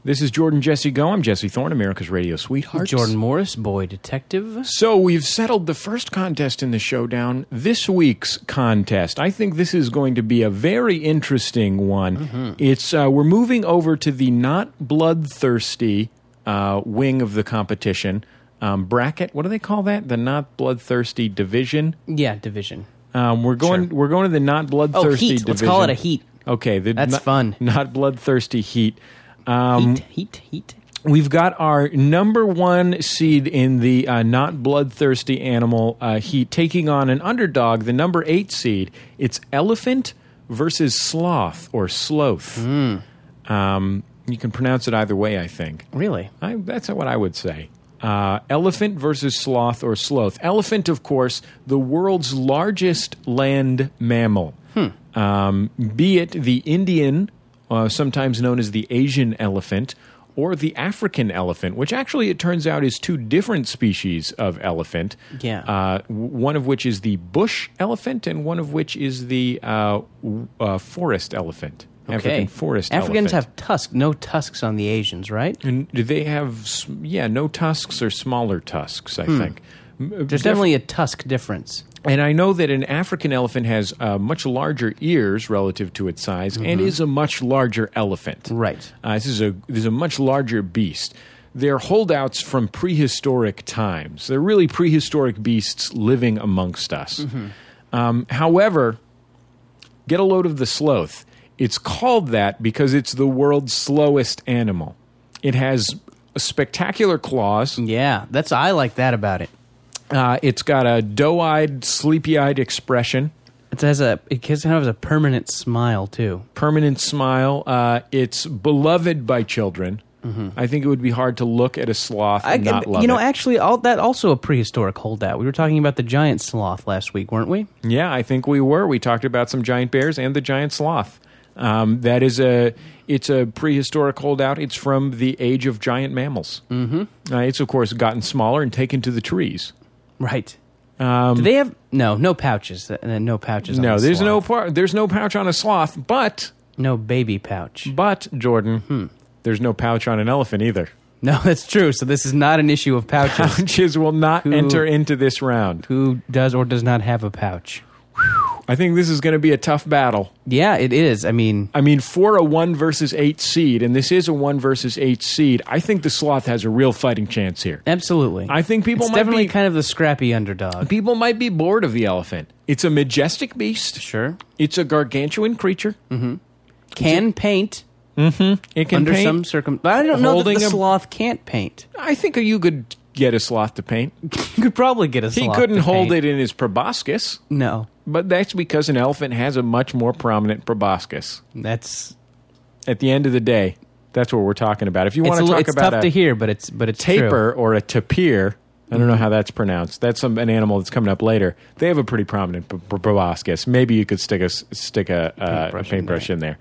This is Jordan Jesse Go. I'm Jesse Thorne, America's radio sweetheart.
Jordan Morris, boy detective.
So we've settled the first contest in the showdown. This week's contest, I think this is going to be a very interesting one.
Mm-hmm.
It's uh, we're moving over to the not bloodthirsty uh, wing of the competition um, bracket. What do they call that? The not bloodthirsty division.
Yeah, division.
Um, we're going. We're going to the not bloodthirsty
Oh, heat.
division.
Let's call it a heat.
Okay, the
That's
not,
fun.
Not bloodthirsty heat. Um, heat,
heat, heat.
We've got our number one seed in the uh, not bloodthirsty animal uh, heat taking on an underdog, the number eight seed. It's elephant versus sloth or sloth. Um, you can pronounce it either way, I think.
Really?
I, that's what I would say. Uh, elephant versus sloth or sloth. Elephant, of course, the world's largest land mammal. Um, be it the Indian, uh, sometimes known as the Asian elephant, or the African elephant, which actually it turns out is two different species of elephant.
Yeah.
Uh, w- one of which is the bush elephant, and one of which is the uh, w- uh, forest elephant.
Okay.
African forest
Africans
elephant.
have tusks. No tusks on the Asians, right?
And do they have, s- yeah, no tusks or smaller tusks, I
Hmm.
think.
There's definitely a tusk difference.
And I know that an African elephant has uh, much larger ears relative to its size and
Mhm.
is a much larger elephant. Right. Uh, this, is a, this is a much larger beast. They're holdouts from prehistoric times. They're really prehistoric beasts living amongst us.
Mm-hmm.
Um, however, get a load of the sloth. It's called that because it's the world's slowest animal. It has spectacular claws.
Yeah, that's I like that about it.
Uh, it's got a doe-eyed, sleepy-eyed expression.
It has a it has kind of a permanent smile too.
Permanent smile. Uh, it's beloved by children.
Mm-hmm.
I think it would be hard to look at a sloth
I,
and not love
you know,
it.
actually, all that also a prehistoric holdout. We were talking about the giant sloth last week, weren't we?
Yeah, I think we were. We talked about some giant bears and the giant sloth. Um, that is a it's a prehistoric holdout. It's from the age of giant mammals.
Mm.
Mm-hmm. Uh, it's of course gotten smaller and taken to the trees.
Right.
Um,
Do they have no no pouches? Uh, No pouches.
no,
on the
there's
sloth.
no par- there's no pouch on a sloth, but
no baby pouch. Hmm.
But Jordan, there's no pouch on an elephant either.
No, <laughs> that's true. So this is not an issue of pouches.
Pouches will not enter into this round.
Who does or does not have a pouch?
I think this is going to be a tough battle.
Yeah, it is. I mean,
I mean, for a one versus eight seed, and this is a one versus eight seed. I think the sloth has a real fighting chance here.
Absolutely.
I think people
it's
might
definitely
be
kind of the scrappy underdog.
people might be bored of the elephant. It's a majestic beast.
Sure,
it's a gargantuan creature. Mm-hmm.
Can paint.
Mm-hmm. It can
under
paint.
some circum. But I don't know that
Holding
the
a-
sloth can't paint.
I think you could get a sloth to paint.
You could probably get a.
He
sloth
couldn't
to
hold it
paint.
in his proboscis.
No,
But that's because an elephant has a much more prominent proboscis.
That's
at the end of the day, that's what we're talking about. If you
It's
want
a
to
li-
talk
it's
about
tough
a
to hear, but it's but it's true.
taper or a tapir, I don't know how that's pronounced. That's some an animal that's coming up later. They have a pretty prominent p- p- proboscis. Maybe you could stick a s- stick a, uh, paintbrush, a paintbrush in there.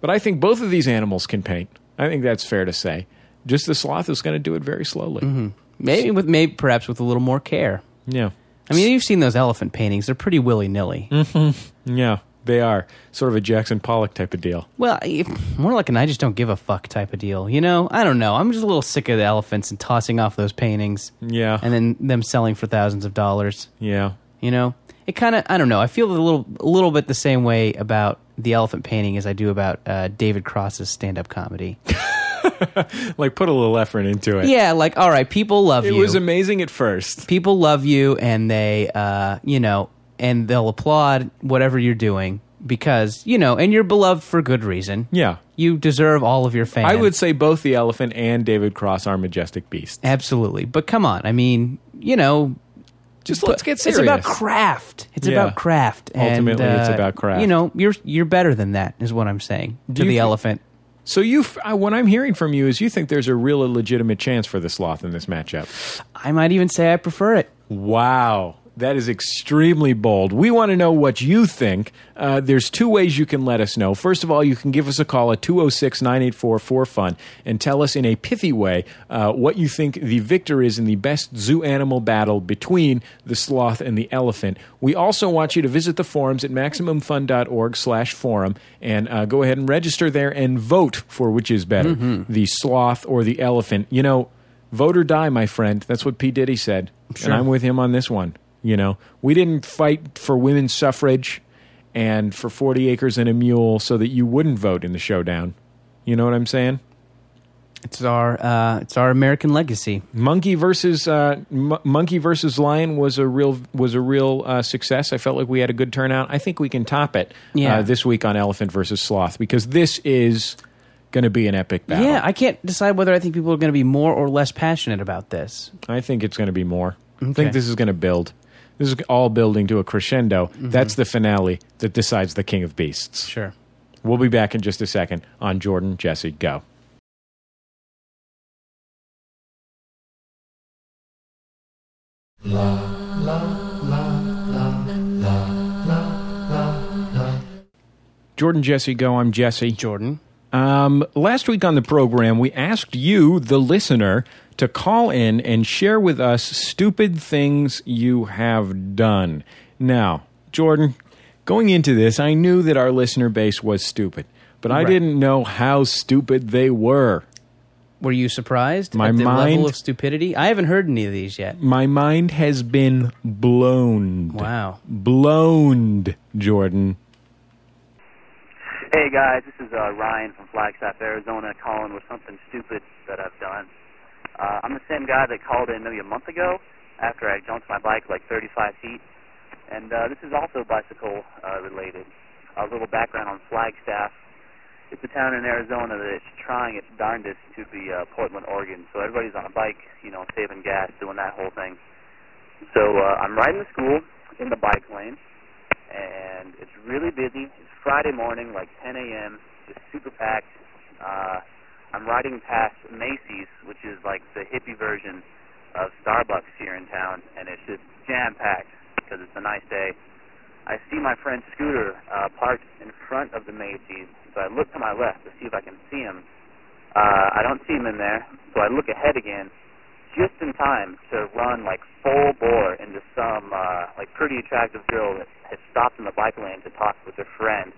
But I think both of these animals can paint. I think that's fair to say. Just the sloth is going to do it very slowly.
maybe with maybe perhaps with a little more care.
Yeah.
I mean, you've seen those elephant paintings; they're pretty willy nilly.
Mm-hmm. Yeah. They are sort of a Jackson Pollock type of deal.
Well, I- more like an I just don't give a fuck type of deal. You know, I don't know. I'm just a little sick of the elephants and tossing off those paintings.
Yeah.
And then them selling for thousands of dollars.
Yeah.
You know, it kind of, I don't know. I feel a little, a little bit the same way about the elephant painting as I do about uh, David Cross's stand up comedy.
<laughs> Like put a little effort into it.
Yeah, like all right, people love
It
you.
was amazing at first.
People love you, and they, uh, you know, and they'll applaud whatever you're doing because you know, and you're beloved for good reason.
Yeah.
you deserve all of your fans.
I would say both the elephant and David Cross are majestic beasts.
absolutely, but come on, I mean, you know,
Just
but
let's get serious.
It's about craft. It's
Yeah.
about craft. and,
Ultimately, it's
uh,
about craft.
You know, you're you're better than that, is what I'm saying
Do
to
you
the
thi-
elephant.
So you, f- uh, what I'm hearing from you is you think there's a real legitimate chance for the sloth in this matchup.
I might even say I prefer it.
Wow. That is extremely bold. We want to know what you think. Uh, there's two ways you can let us know. First of all, you can give us a call at 206 984 4FUN and tell us in a pithy way uh, what you think the victor is in the best zoo animal battle between the sloth and the elephant. We also want you to visit the forums at MaximumFun.org slash forum and uh, go ahead and register there and vote for which is better, the sloth or the elephant. You know, Vote or die, my friend. That's what P. Diddy said.
Sure.
And I'm with him on this one. You know, we didn't fight for women's suffrage and for 40 acres and a mule so that you wouldn't vote in the showdown. You know what I'm saying?
It's our uh, it's our American legacy.
Monkey versus uh, M- Monkey versus Lion was a real was a real uh, success. I felt like we had a good turnout. I think we can top it
Yeah.
uh, this week on Elephant versus Sloth because this is going to be an epic battle.
Yeah, I can't decide whether I think people are going to be more or less passionate about this.
I think it's going to be more. I
Okay.
think this is going to build. This is all building to a crescendo. That's the finale that decides the King of Beasts.
Mm-hmm. Sure.
We'll be back in just a second on Jordan, Jesse, go. Jordan, Jesse, go. I'm Jesse.
Jordan.
Um, last week on the program, we asked you, the listener, to call in and share with us stupid things you have done. Now, Jordan, going into this, I knew that our listener base was stupid, but I
Right.
didn't know how stupid they were.
Were you surprised
My
at the
mind-
level of stupidity? I haven't heard any of these yet.
My mind has been blown.
Wow.
Blown, Jordan.
Hey guys, this is uh, Ryan from Flagstaff, Arizona, calling with something stupid that I've done. Uh, I'm the same guy that called in maybe a month ago after I jumped my bike like 35 feet, and uh, this is also bicycle uh, related. A little background on Flagstaff. It's a town in Arizona that is trying its darndest to be uh, Portland, Oregon. So everybody's on a bike, you know, saving gas, doing that whole thing. So uh, I'm riding to school in the bike lane, and it's really busy. It's Friday morning, like 10 a.m. It's super packed. Uh, I'm riding past Macy's, which is like the hippie version of Starbucks here in town, and it's just jam packed because it's a nice day. I see my friend's scooter uh, parked in front of the Macy's, so I look to my left to see if I can see him. Uh, I don't see him in there, so I look ahead again, just in time to run like full bore into some uh, like pretty attractive girl that had stopped in the bike lane to talk with her friend.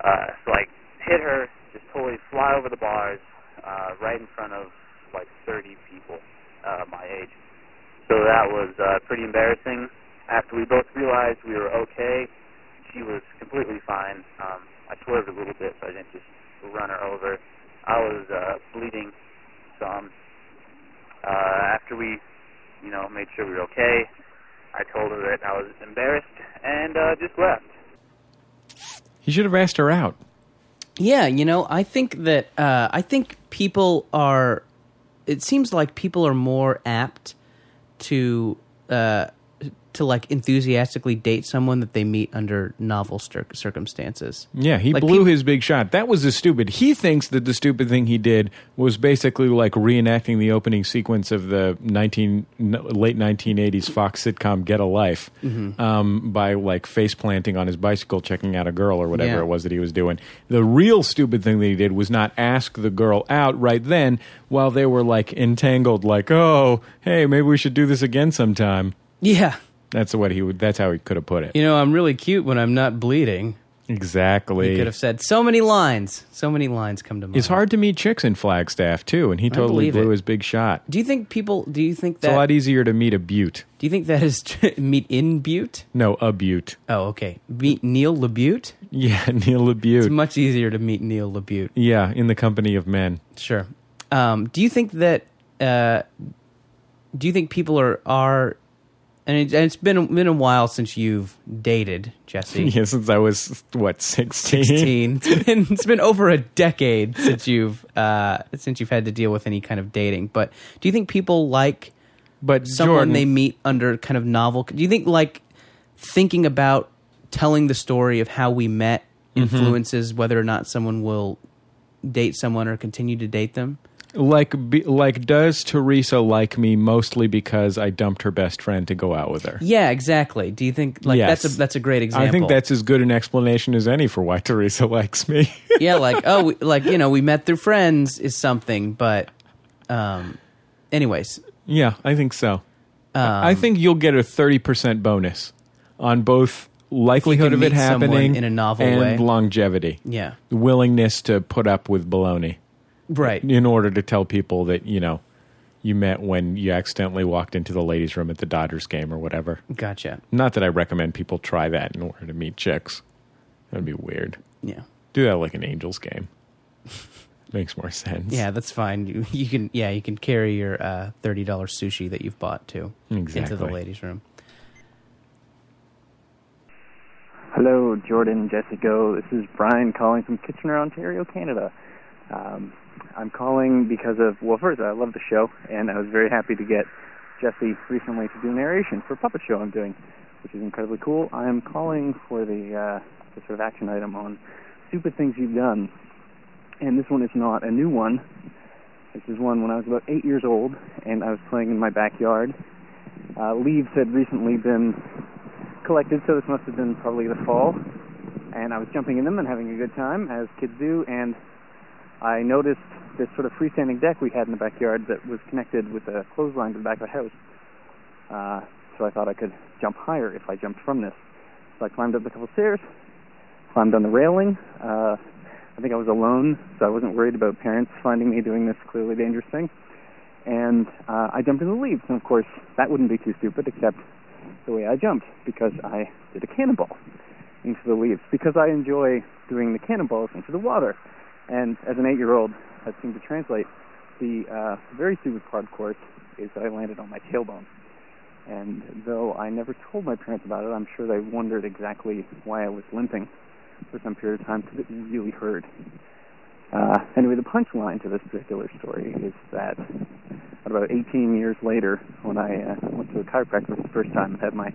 Uh, so I hit her, just totally fly over the bars, uh, right in front of like 30 people uh, my age. So that was uh, pretty embarrassing. After we both realized we were okay, she was completely fine. Um, I swerved a little bit, so I didn't just run her over. I was uh, bleeding some. Uh, after we, you know, made sure we were okay, I told her that I was embarrassed and uh, just left.
He should have asked her out.
Yeah, you know, I think that uh, I think people are. It seems like people are more apt to uh, to like enthusiastically date someone that they meet under novel cir- circumstances.
Yeah, he
Like,
blew
peop-
his big shot. That was the stupid. He thinks that the stupid thing he did was basically like reenacting the opening sequence of the 19 n- late 1980s Fox sitcom Get a Life
Mhm.
um, by like face planting on his bicycle, checking out a girl or whatever
Yeah.
it was that he was doing. The real stupid thing that he did was not ask the girl out right then while they were like entangled, like, oh, hey, maybe we should do this again sometime.
Yeah,
That's what he would. That's how he could have put it.
You know, I'm really cute when I'm not bleeding.
Exactly.
He could have said so many lines. So many lines come to mind.
It's hard to meet chicks in Flagstaff too, and he
I
totally
believe
blew
it.
his big shot.
Do you think people? Do you think
It's a
that?
lot easier to meet a butte.
Do you think that is <laughs> meet in Butte?
No, a butte.
Oh, okay. Meet Neil Labute.
Yeah, <laughs> Neil Labute.
It's much easier to meet Neil Labute.
Yeah, in the company of men.
Sure. Um, do you think that? Uh, do you think people are are? And, it, and it's been been a while since you've dated,
<laughs>
Jesse.
Yeah, since I was what 16?
16. It's been, <laughs> it's been over a decade since you've uh, since you've had to deal with any kind of dating. But do you think people like
but
someone
Jordan-
they meet under kind of novel? Do you think like thinking about telling the story of how we met
Mhm.
influences whether or not someone will date someone or continue to date them?
Like, be, like, does Teresa like me mostly because I dumped her best friend to go out with her?
Yeah, exactly. Do you think like
Yes.
that's a that's a great example?
I think that's as good an explanation as any for why Teresa <laughs> likes me.
yeah, like oh, we, like you know, we met through friends is something, but um, anyways,
yeah, I think so. Oh.
Um,
I I think you'll get a thirty percent bonus on both likelihood of it
meet someone
happening
in a novel
and
way.
longevity.
yeah,
willingness to put up with baloney,
right.
In order to tell people that you know you met when you accidentally walked into the ladies' room at the Dodgers game or whatever.
Gotcha.
Not that I recommend people try that in order to meet chicks. That'd be weird.
Yeah.
Do that like an Angels game. Makes more sense.
Yeah, that's fine. You, you can yeah, you can carry your uh, thirty dollars sushi that you've bought too into the
Exactly.
ladies' room.
Hello, Jordan, Jesse Go. This is Brian calling from Kitchener, Ontario, Canada. Um, I'm calling because of, well, first, I love the show, and I was very happy to get Jesse recently to do narration for a puppet show I'm doing, which is incredibly cool. I am calling for the, uh, the sort of action item on stupid things you've done. And this one is not a new one. This is one when I was about eight years old, and I was playing in my backyard. Uh, leaves had recently been collected, so this must have been probably the fall. And I was jumping in them and having a good time, as kids do. And I noticed this sort of freestanding deck we had in the backyard that was connected with a clothesline to the back of the house. Uh, so I thought I could jump higher if I jumped from this. So I climbed up a couple stairs, climbed on the railing. Uh, I think I was alone, so I wasn't worried about parents finding me doing this clearly dangerous thing. And uh, I jumped in the leaves, and of course, that wouldn't be too stupid, except the way I jumped because I did a cannonball into the leaves because I enjoy doing the cannonballs into the water. And as an eight year old, that seemed to translate. The uh, very stupid part, of course, is that I landed on my tailbone. And though I never told my parents about it, I'm sure they wondered exactly why I was limping for some period of time because it really hurt. Uh, anyway, the punchline to this particular story is that about 18 years later, when I uh, went to a chiropractor for the first time and had my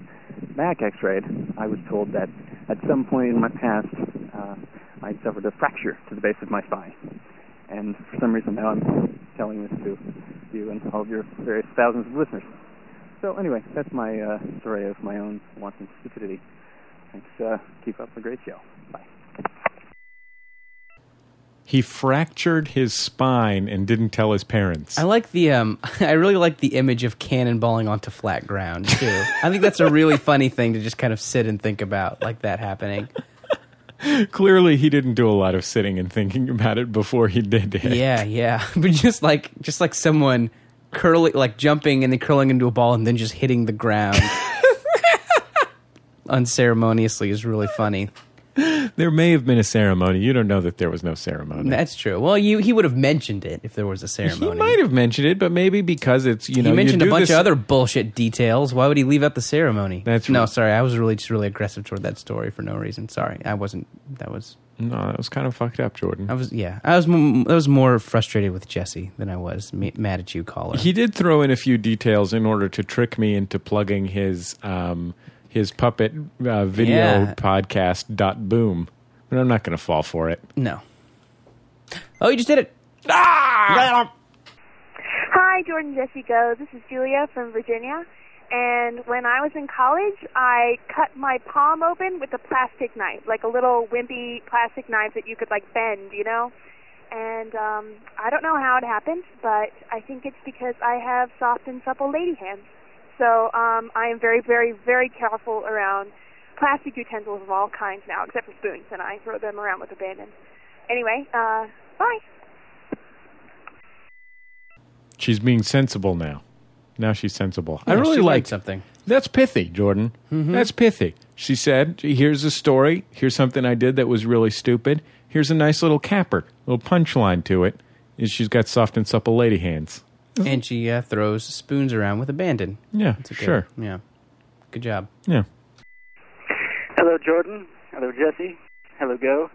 back x-rayed, I was told that at some point in my past, uh, I suffered a fracture to the base of my spine. And for some reason now I'm telling this to you and all of your various thousands of listeners. So anyway, that's my uh, story of my own wanton stupidity. Thanks. Uh, keep up the great show.
He fractured his <laughs> spine and didn't tell his parents.
I like the um, <laughs> I really like the image of cannonballing onto flat ground too. I think that's a really <laughs> funny thing to just kind of sit and think about, like that happening.
Clearly, he didn't do a lot of sitting and thinking about it before he did it.
Yeah, yeah. <laughs> But just like just like someone curling like jumping and then curling into a ball and then just hitting
<laughs>
the ground unceremoniously is really funny.
There may have been a ceremony. You don't know that there was no ceremony.
That's true. Well, you he would have mentioned it if there was a ceremony.
He might have mentioned it, but maybe because it's you know
he mentioned
you
a
do
bunch
this-
of other bullshit details. Why would he leave out the ceremony?
That's
no.
right.
Sorry, I was really just really aggressive toward that story for no reason. Sorry, I wasn't. That was
No, that was kind of fucked up, Jordan.
I was. Yeah, I was. m- I was more frustrated with Jesse than I was ma- mad at
<laughs>
you, caller.
He did throw in a few details in order to trick me into plugging his um, his puppet uh, video
Yeah.
podcast dot boom, but I'm not going to fall for it.
No. Oh, you just did it.
Ah!
Hi, Jordan Jesse Go. This is Julia from Virginia. And when I was in college, I cut my palm open with a plastic knife, like a little wimpy plastic knife that you could like bend, you know? And um, I don't know how it happened, but I think it's because I have soft and supple lady hands. So um, I am very, very, very careful around plastic utensils of all kinds now, except for spoons, and I throw them around with abandon. Anyway, uh, bye.
She's being sensible now. Now she's sensible. I
Yeah,
really
she learned
like
something. Mm-hmm.
That's pithy, Jordan. That's pithy. She said, "Here's a story. Here's something I did that was really stupid. Here's a nice little capper, little punchline to it." Is she's got soft and supple lady hands.
<laughs> And she uh, throws spoons around with abandon.
Yeah,
It's a good-
sure.
Yeah. Good job. <laughs>
Yeah.
Hello, Jordan. Hello, Jesse. Hello, Go.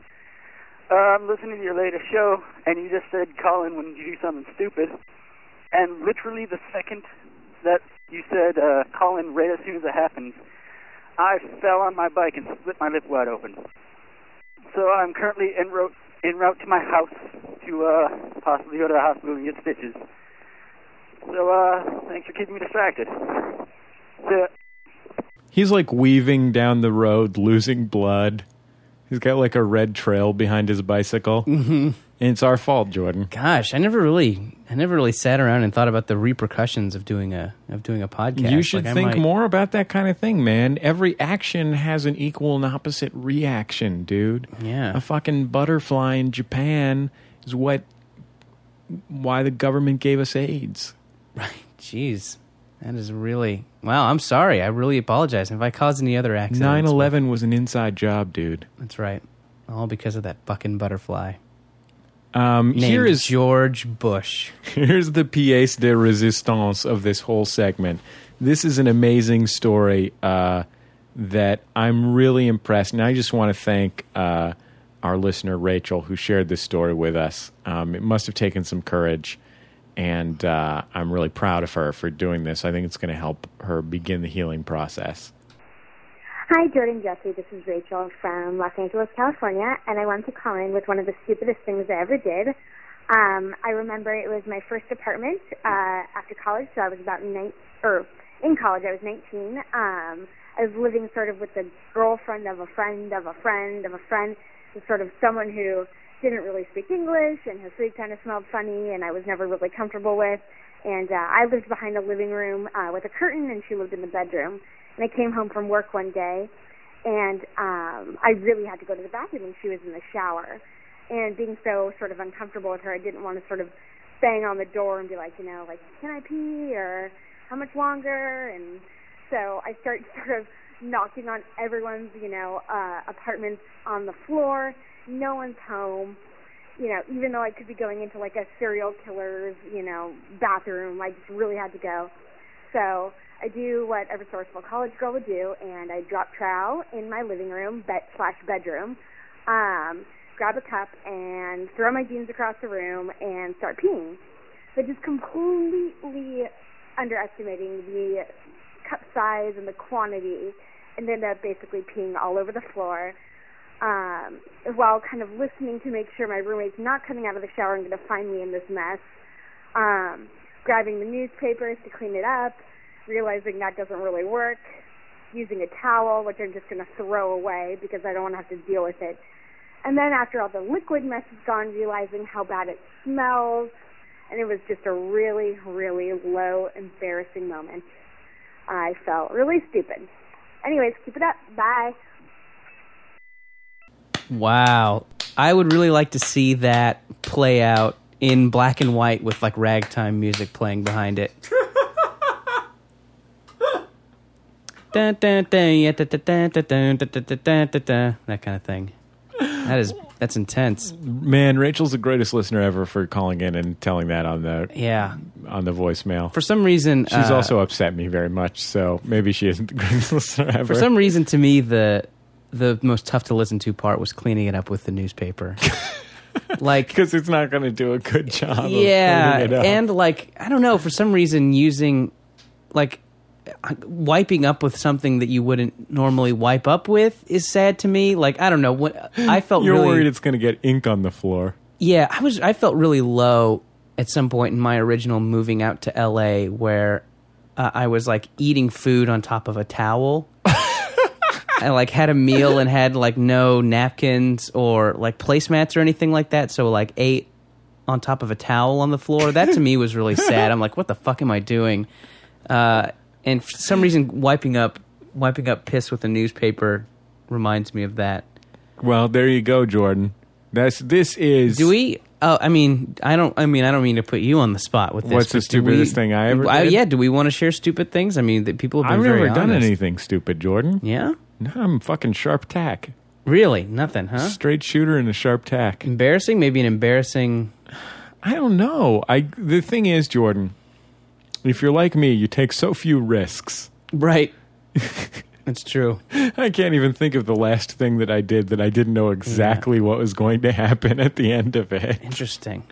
Uh, I'm listening to your latest show, and you just said, Colin, when you do something stupid. And literally the second that you said, uh, Colin, right as soon as it happens, I fell on my bike and split my lip wide open. So I'm currently en route, en route to my house to uh, possibly go to the hospital and get stitches. So uh, thanks for keeping me distracted. So,
He's like weaving down the road, losing blood. He's got like a red trail behind his bicycle.
Mhm.
And it's our fault, Jordan.
Gosh, I never really, I never really sat around and thought about the repercussions of doing a of doing a podcast.
You should
Like, I
think
might-
more about that kind of thing, man. Every action has an equal and opposite reaction, dude.
Yeah.
A fucking butterfly in Japan is what why the government gave us AIDS.
Jeez, that is really wow. I'm sorry. I really apologize if I caused any other accidents.
9/11 was an inside job, dude.
That's right. All because of that fucking butterfly.
Um,
Named
here is
George Bush.
Here's the pièce de résistance of this whole segment. This is an amazing story uh, that I'm really impressed, and I just want to thank uh, our listener Rachel who shared this story with us. Um, it must have taken some courage, and uh, I'm really proud of her for doing this. I think it's going to help her begin the healing process.
Hi, Jordan Jesse. This is Rachel from Los Angeles, California, and I wanted to call in with one of the stupidest things I ever did. Um, I remember it was my first apartment uh, after college, so I was about nine or in college. I was 19. Um, I was living sort of with the girlfriend of a friend of a friend of a friend, was sort of someone who didn't really speak English, and her food kind of smelled funny, and I was never really comfortable with. And uh, I lived behind a living room uh, with a curtain, and she lived in the bedroom. And I came home from work one day, and um, I really had to go to the bathroom, and she was in the shower. And being so sort of uncomfortable with her, I didn't want to sort of bang on the door and be like, you know, like, can I pee or how much longer? And so I start <laughs> sort of knocking on everyone's, you know, uh, apartments on the floor. No one's home. You know, even though I could be going into like a serial killer's, you know, bathroom, I just really had to go. So I do what a resourceful college girl would do, and I drop trowel in my living room bed slash bedroom, um, grab a cup and throw my jeans across the room and start peeing. So just completely underestimating the cup size and the quantity, and ended up basically peeing all over the floor. Um, while kind of listening to make sure my roommate's not coming out of the shower and going to find me in this mess, um, grabbing the newspapers to clean it up, realizing that doesn't really work, using a towel, which I'm just going to throw away because I don't want to have to deal with it. And then after all the liquid mess is gone, realizing how bad it smells, and it was just a really, really low, embarrassing moment. I felt really stupid. Anyways, keep it up. Bye.
Wow. I would really like to see that play out in black and white with like ragtime music playing behind it. <laughs> Dun, dun, dun, yeah, dun, dun, dun, dun, dun, dun, dun, dun, dun, dun, dun. That kind of thing. That is that's intense.
Man, Rachel's the greatest listener ever for calling in and telling that on the
Yeah.
on the voicemail.
For some reason,
she's
uh,
also upset me very much. So maybe she isn't the <laughs> greatest listener ever.
For some reason to me the the most tough to listen to part was cleaning it up with the
<laughs>
newspaper. like
because it's not going to do a good job. of
yeah
cleaning it up.
and like i don't know for some reason using like uh, wiping up with something that you wouldn't normally wipe up with is sad to me like i don't know what i felt
you're
really
worried it's going to get ink on the floor.
yeah i was i felt really low at some point in my original moving out to la where uh, i was like eating food on top of a towel I like had a meal and had like no napkins or like placemats or anything like that. So like ate on top of a towel on the floor. That to me was really sad. I'm like, what the fuck am I doing? Uh, And for some reason, wiping up wiping up piss with a newspaper reminds me of that.
Well, there you go, Jordan. That's this is.
Do we? Oh, I mean, I don't. I mean, I don't mean to put you on the spot with this.
What's the
but do
stupidest thing I ever did?
yeah. Do we want to share stupid things? I mean, that people have been
I've
very
never done
honest.
anything stupid, Jordan.
Yeah?
No, I'm fucking sharp tack.
Really, nothing, huh?
Straight shooter and a sharp tack.
Embarrassing, maybe an embarrassing.
I don't know. I the thing is, Jordan, if you're like me, you take so few risks.
Right. That's true.
<laughs> I can't even think of the last thing that I did that I didn't know exactly what was going to happen at the end of it.
Interesting.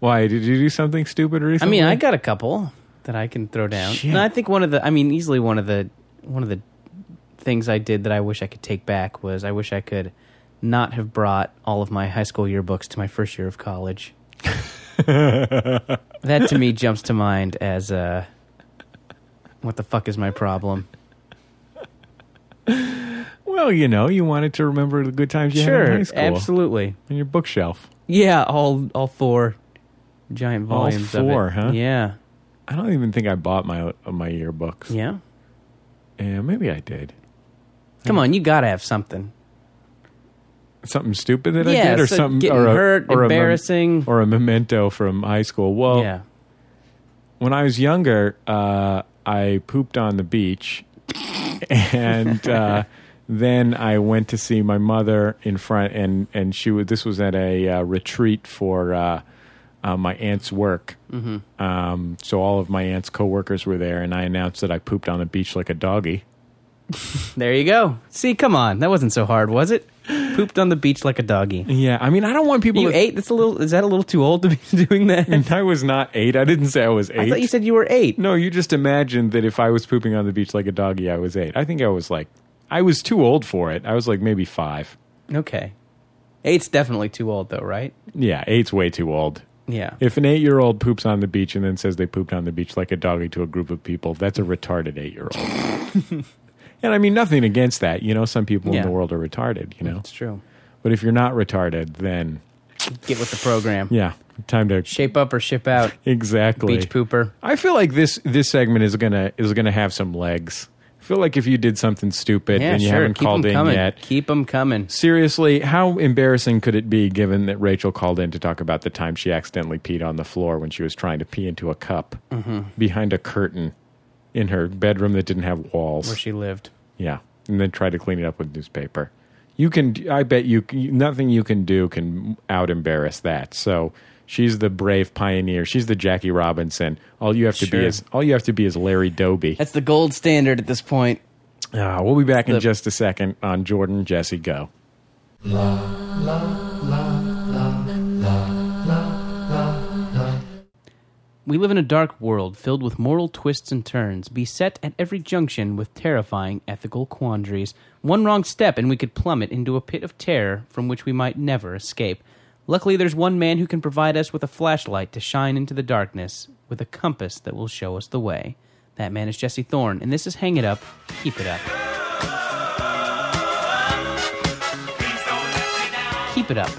Why did you do something stupid
I
recently?
mean, I got a couple that I can throw down.
Shit.
And I think one of the. I mean, easily one of the one of the things I did that I wish I could take back was I wish I could not have brought all of my high school yearbooks to my first year of college. that to me jumps to mind as uh, what the fuck is my problem?
Well, you know, you wanted to remember the good times you had in
Sure,
high school.
absolutely.
On your bookshelf.
Yeah, all all four giant
All
volumes.
four,
of it.
huh?
Yeah,
I don't even think I bought my uh, my yearbooks.
yeah.
Yeah, maybe I did.
Come on, you gotta have something.
Something stupid that I
Yeah,
did, or
so
something,
getting
or a,
hurt,
or a mem-
embarrassing.
or a memento from high school. Well,
yeah.
when I was younger, uh, I pooped on the beach, and
<laughs>
uh, then I went to see my mother in front, and and she was. This was at a uh, retreat for uh, uh, my aunt's work.
Mhm.
Um, so all of my aunt's coworkers were there, and I announced that I pooped on the beach like a doggy.
<laughs> There you go. See, come on, that wasn't so hard, was it? Pooped on the beach like a doggy.
Yeah, I mean, I don't want people.
You
to,
ate? That's a little. Is that a little too old to be <laughs> doing that?
And I was not eight. I didn't say I was eight.
I thought you said you were eight.
No, you just imagined that if I was pooping on the beach like a doggy, I was eight. I think I was like, I was too old for it. I was like maybe five.
Okay, eight's definitely too old, though, right?
Yeah, eight's way too old.
Yeah.
If an eight year old poops on the beach and then says they pooped on the beach like a doggy to a group of people, that's a retarded eight year
<laughs>
old. and I mean, nothing against that. You know, some people
Yeah.
in the world are retarded, you know?
That's true.
But if you're not retarded, then
Get with the program.
yeah, time to
Shape up or ship out.
Exactly.
Beach pooper.
I feel like this this segment is gonna is gonna have some legs. I feel like if you did something stupid
yeah,
and you
sure.
haven't
Keep
called
'em
in
coming.
yet,
Keep them coming.
seriously, how embarrassing could it be given that Rachel called in to talk about the time she accidentally peed on the floor when she was trying to pee into a cup
Mhm.
behind a curtain in her bedroom that didn't have walls
Where she lived.
Yeah, and then try to clean it up with newspaper. You can, I bet you, nothing you can do can out embarrass that. So she's the brave pioneer. She's the Jackie Robinson. All you have to
Sure.
be is all you have to be is Larry Doby.
That's the gold standard at this point.
Uh, we'll be back in
The-
just a second on Jordan Jesse Go.
We live in a dark world filled with moral twists and turns, beset at every junction with terrifying ethical quandaries. One wrong step and we could plummet into a pit of terror from which we might never escape. Luckily, there's one man who can provide us with a flashlight to shine into the darkness, with a compass that will show us the way. That man is Jesse Thorne, and this is Hang It Up, Keep It Up. Keep It Up.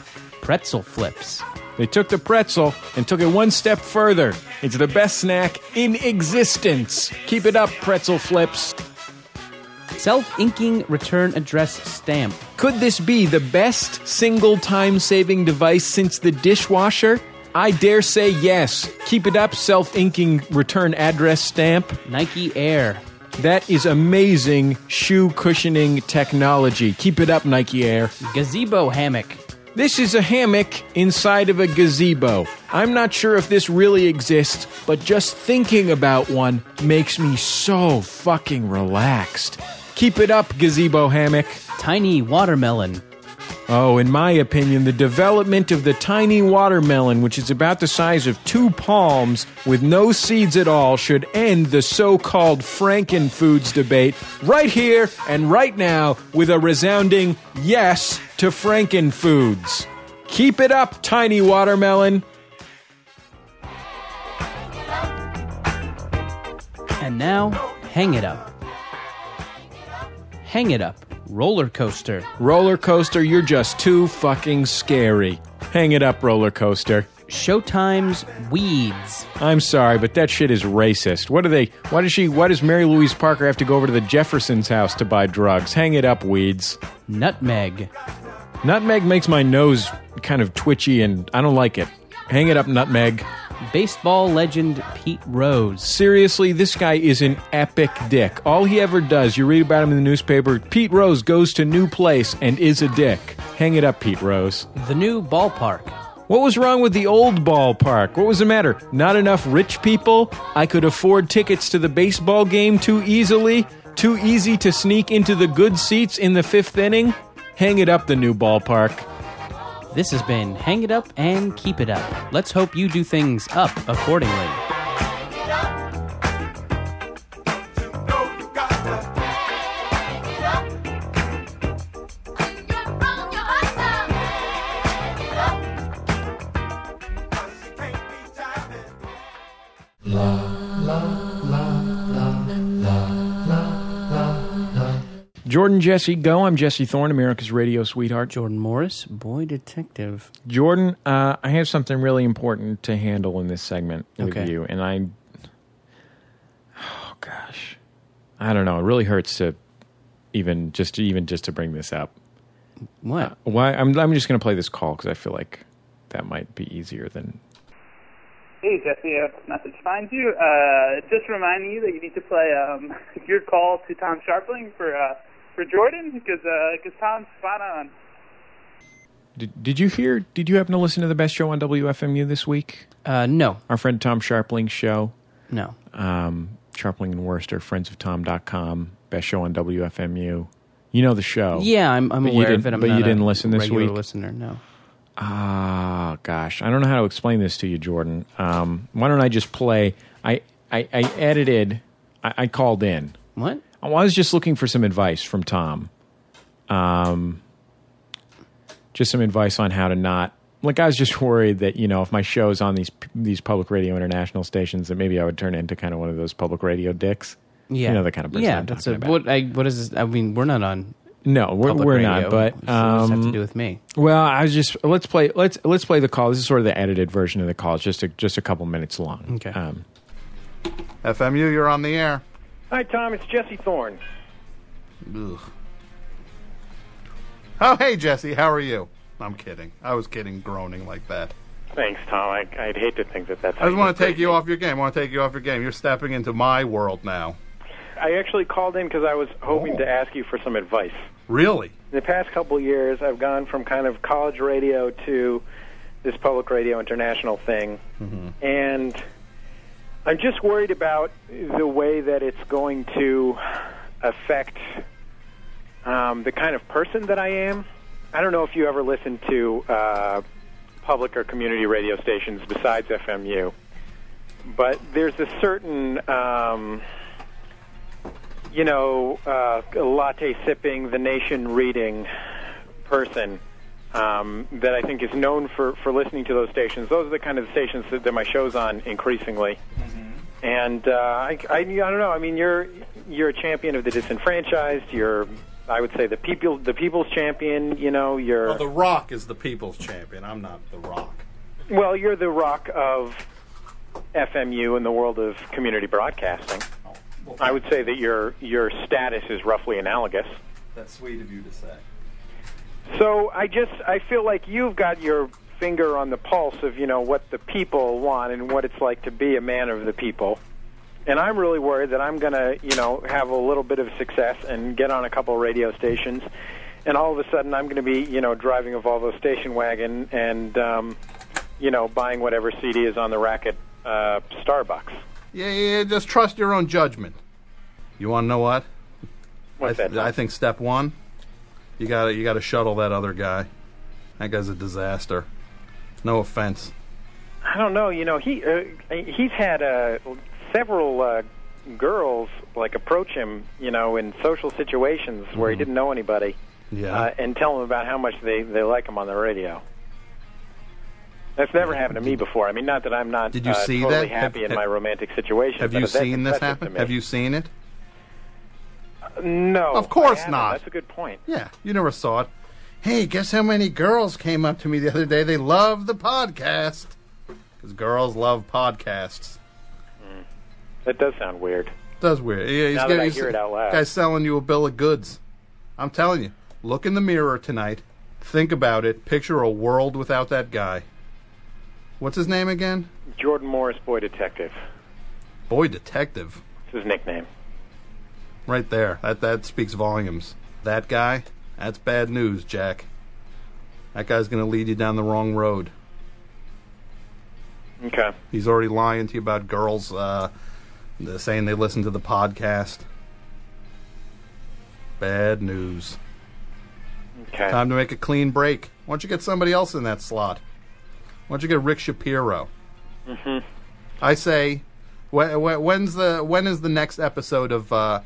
Pretzel Flips.
They took the pretzel and took it one step further. It's the best snack in existence. Keep it up, pretzel flips.
Self inking return address stamp.
Could this be the best single time saving device since the dishwasher? I dare say yes. Keep it up, self inking return address stamp.
Nike Air.
That is amazing shoe cushioning technology. Keep it up, Nike Air.
Gazebo hammock.
This is a hammock inside of a gazebo. I'm not sure if this really exists, but just thinking about one makes me so fucking relaxed. Keep it up, gazebo hammock.
Tiny watermelon.
Oh, in my opinion, the development of the tiny watermelon, which is about the size of two palms with no seeds at all, should end the so called Frankenfoods debate right here and right now with a resounding yes to Frankenfoods. Keep it up, tiny watermelon.
And now, hang it up. Hang it up. Roller coaster.
Roller coaster, you're just too fucking scary. Hang it up, roller coaster.
Showtime's Weeds.
I'm sorry, but that shit is racist. What are they? Why does she? Why does Mary Louise Parker have to go over to the Jeffersons' house to buy drugs? Hang it up, weeds.
Nutmeg.
Nutmeg makes my nose kind of twitchy, and I don't like it. Hang it up, nutmeg.
Baseball legend Pete Rose.
Seriously, this guy is an epic dick. All he ever does, you read about him in the newspaper. Pete Rose goes to new place and is a dick. Hang it up, Pete Rose.
The new ballpark.
What was wrong with the old ballpark? What was the matter? Not enough rich people? I could afford tickets to the baseball game too easily? Too easy to sneak into the good seats in the fifth inning? Hang it up, the new ballpark.
This has been Hang It Up and Keep It Up. Let's hope you do things up accordingly.
Jordan Jesse Go. I'm Jesse Thorne, America's radio sweetheart.
Jordan Morris, boy detective.
Jordan, uh, I have something really important to handle in this segment with
Okay.
you, and I, oh gosh, I don't know. It really hurts to even just even just to bring this up. Uh,
What?
why? I'm I'm just going to play this call because I feel like that might be easier than
Hey Jesse, uh, message finds you. Uh, just reminding you that you need to play um, <laughs> your call to Tom Sharpling for uh, for Jordan because uh, cause Tom's spot on.
Did, did you hear? Did you happen to listen to the best show on WFMU this week?
Uh, no.
Our friend Tom Sharpling's show.
No.
Um, Sharpling and Worcester, friends of Tom.com, best show on WFMU. You know the show.
Yeah, I'm, I'm
Oh. But you
aware of
didn't-
it. I'm
but
not
you
a
didn't listen this
regular
week.
listener, no.
Ah, gosh, I don't know how to explain this to you, Jordan. Um, why don't I just play? I I, I edited. I, I called in.
What?
I was just looking for some advice from Tom. Um, just some advice on how to not. Like I was just <laughs> worried that you know if my show's on these these public radio international stations that maybe I would turn into kind of one of those public radio dicks.
Yeah.
you know the kind of person.
Yeah,
I'm
that's
talking
a,
about.
what, I, what is this? I mean, we're not on.
No, we're,
public
we're
radio.
not. But um,
does have to do with me.
Well, I was just let's play let's let's play the call. This is sort of the edited version of the call. It's just a, just a couple minutes long. Okay. Um,
FMU, you're on the air.
Hi, Tom. It's Jesse Thorne.
Ugh. Oh, hey, Jesse, how are you? I'm kidding. I was kidding, groaning like that.
Thanks, Tom. I, I'd hate to think that that's.
I just want to take you off your game. I want to take you off your game. You're stepping into my world now.
I actually called in because I was hoping to ask you for some advice.
Really?
In the past couple of years, I've gone from kind of college radio to this public radio international thing, and I'm just worried about the way that it's going to affect um, the kind of person that I am. I don't know if you ever listen to uh, public or community radio stations besides FMU, but there's a certain, um, you know, uh, latte sipping, the nation reading person um, that I think is known for, for listening to those stations. Those are the kind of stations that, that my show's on increasingly. And uh, I, I, I don't know. I mean, you're you're a champion of the disenfranchised. You're, I would say, the people, the people's champion. You know, you're
Well, The Rock is the people's champion. I'm not The Rock.
well, you're the rock of FMU and the world of community broadcasting. I would say that your your status is roughly analogous.
That's sweet of you to say.
So I just I feel like you've got your finger on the pulse of you know what the people want and what it's like to be a man of the people. And I'm really worried that I'm going to you know have a little bit of success and get on a couple radio stations, and all of a sudden I'm going to be you know driving a Volvo station wagon and um, you know buying whatever CD is on the rack at uh, Starbucks.
Yeah, yeah, yeah, just trust your own judgment. You want to know what?
What's
I, th- I think step one, you got to you got to shuttle that other guy. That guy's a disaster. No offense.
I don't know. You know, he uh, he's had uh, several uh, girls like approach him. You know, in social situations where he didn't know anybody,
Mm-hmm. Yeah.
uh, and tell him about how much they they like him on the radio. That's never happened to me before. I mean, not that I'm not
Did you
uh,
see
totally
that?
happy
Have-
in my
have-
romantic situation.
Have
but
you
that's
seen this
impressive
happen?
to me.
Have you seen it?
No.
Of course
I haven't.
not.
That's a good point.
Yeah, you never saw it. Hey, guess how many girls came up to me the other day? They love the podcast. Because girls love podcasts.
Mm. That does sound weird.
That's weird. Yeah, he's
Now
gonna,
that I
he's-
hear it out loud.
Guy's selling you a bill of goods. I'm telling you. Look in the mirror tonight. Think about it. Picture a world without that guy. What's his name again?
Jordan Morris, boy detective.
Boy Detective.
It's his nickname.
Right there. That that speaks volumes. That guy, that's bad news, Jack. That guy's gonna lead you down the wrong road.
Okay.
He's already lying to you about girls uh, the- saying they listen to the podcast. Bad news.
Okay.
Time to make a clean break. Why don't you get somebody else in that slot? Why don't you get Rick Shapiro?
Mm-hmm.
I say, wh- wh- when's the when is the next episode of uh,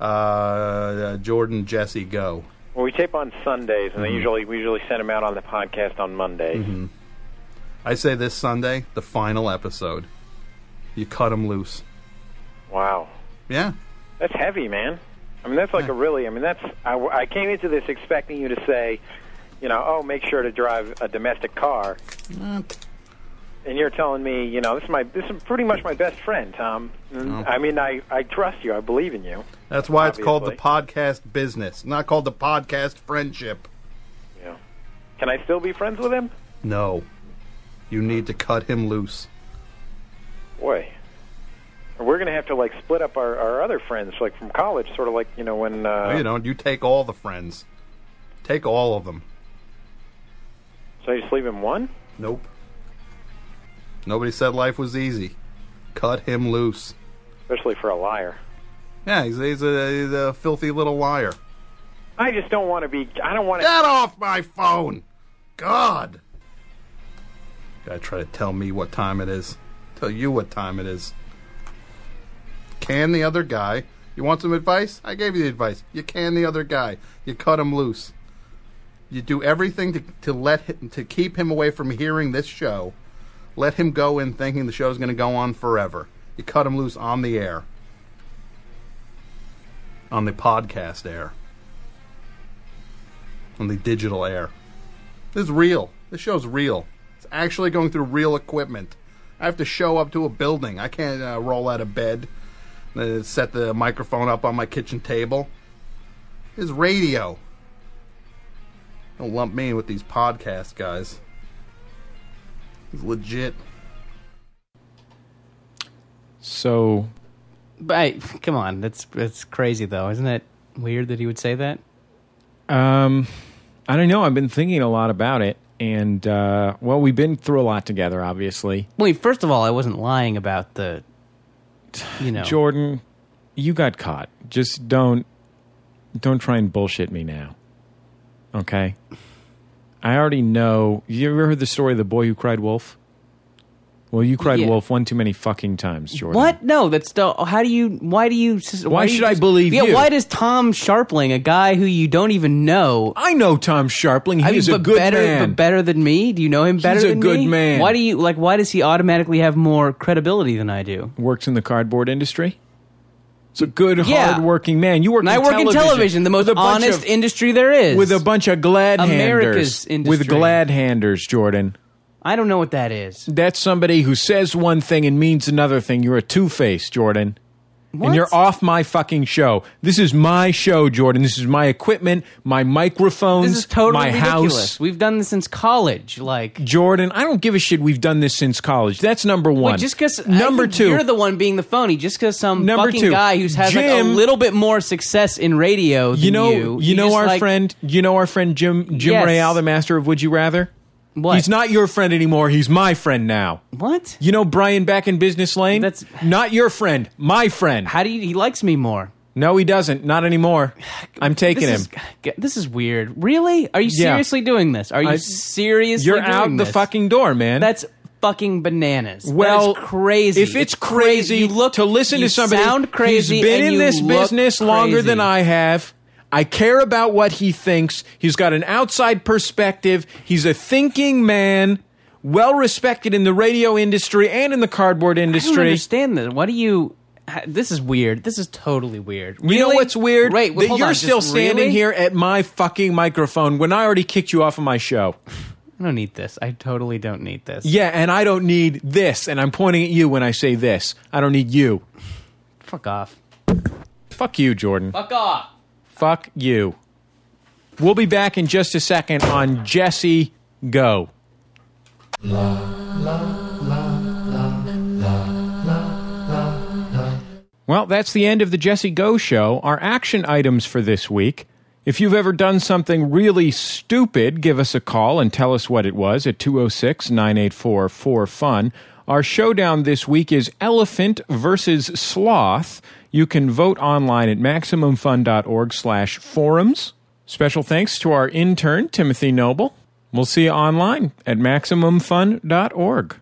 uh, uh, Jordan Jesse Go?
Well, we tape on Sundays, and they
Mhm.
usually we usually send them out on the podcast on Mondays.
Mhm. I say this Sunday, the final episode. You cut him loose.
Wow,
Yeah.
that's heavy, man. I mean, that's like a really. I mean, that's I, I came into this expecting you to say, you know, oh, make sure to drive a domestic car, and you're telling me, you know, this is my this is pretty much my best friend, Tom. And,
Oh.
I mean, I I trust you. I believe in you.
That's why it's called the
Obviously.
podcast business, not called the podcast friendship.
Yeah. Can I still be friends with him?
No. You need to cut him loose.
Boy. We're gonna have to like split up our, our other friends, like from college, sort of like you know when uh,
No, you don't. You take all the friends. Take all of them.
So you just leave him one?
Nope. Nobody said life was easy. Cut him loose.
especially for a liar.
Yeah, he's, he's, a, he's a filthy little liar.
I just don't want to be. I don't want to.
Get off my phone! God! Gotta try to tell me what time it is. Tell you what time it is. Can the other guy. You want some advice? I gave you the advice. You can the other guy. You cut him loose. You do everything to, to let him, to keep him away from hearing this show. Let him go in thinking the show's going to go on forever. You cut him loose on the air. On the podcast air. On the digital air. This is real. This show's real. It's actually going through real equipment. I have to show up to a building. I can't uh, roll out of bed, uh, set the microphone up on my kitchen table. This is radio. Don't lump me in with these podcast guys. It's legit.
So,
But I- come on, that's that's crazy though, isn't that weird that he would say that?
um, I don't know. I've been thinking a lot about it, and uh, well, we've been through a lot together, obviously.
Wait, first of all, I wasn't lying about the, you know,
Jordan, you got caught. Just don't don't try and bullshit me now. Okay? I already know. You ever heard the story of the boy who cried wolf? Well, you cried
Yeah.
wolf one too many fucking times, Jordan.
What? No, that's still. How do you? Why do you? Why,
Why
do you
should I believe
yeah,
you?
Why does Tom Sharpling, a guy who you don't even know,
I know Tom Sharpling. He
I mean,
is a
but
good
better,
man.
But better than me? Do you know him better?
He's a
than
good
me?
man.
Why do you like? Why does he automatically have more credibility than I do?
Works in the cardboard industry. It's a good,
Yeah.
hard-working man. You work.
And I
in
work in television, the most
with a bunch
honest
of-
industry there is.
with a bunch of glad
America's
handers.
industry.
With glad handers, Jordan.
I don't know what that is.
That's somebody who says one thing and means another thing. You're a two face, Jordan.
What?
And you're off my fucking show. This is my show, Jordan. This is my equipment, my microphones,
This is totally
my
ridiculous.
house.
We've done this since college. Like
Jordan, I don't give a shit. We've done this since college. That's number one.
Wait, just because
number two,
you're the one being the phony. Just because some
Number
fucking
two,
guy who's has like, a
Jim-
little bit more success in radio. Than
you know,
you,
you,
you
know
just,
our
like-
friend, you know our friend Jim Jim
Yes.
Real, the master of Would You Rather.
What?
He's not your friend anymore. He's my friend now.
What?
You know Brian back in business lane. That's not your friend. My friend.
How do you? He likes me more.
No, he doesn't. Not anymore. I'm taking
this
him.
Is, this is weird. Really? Are you
Yeah.
seriously doing this? Are you
I-
seriously?
You're
doing
out the
this?
fucking door, man.
That's fucking bananas. That
Well,
is crazy.
if it's crazy,
you look
to listen
you
to somebody
Sound crazy.
who's been
and
in
you
this
look
business longer
crazy.
than I have. I care about what he thinks. He's got an outside perspective. He's a thinking man, well respected in the radio industry and in the cardboard
I don't
industry.
understand this. Why do you? ha- This is weird. This is totally weird.
You know
Really?
what's weird?
Right, well,
that
hold
you're
on,
still
just
standing
really? <sighs>
here at my fucking microphone when I already kicked you off of my show.
I don't need this. I totally don't need this.
Yeah, and I don't need this, and I'm pointing at you when I say this. I don't need you.
Fuck off.
Fuck you, Jordan.
Fuck off.
Fuck you. We'll be back in just a second on Jesse Go. Well, that's the end of the Jesse Go show. Our action items for this week. If you've ever done something really stupid, give us a call and tell us what it was at 206 984 4FUN. Our showdown this week is Elephant versus Sloth. You can vote online at MaximumFun.org slash forums. Special thanks to our intern, Timothy Noble. We'll see you online at MaximumFun.org.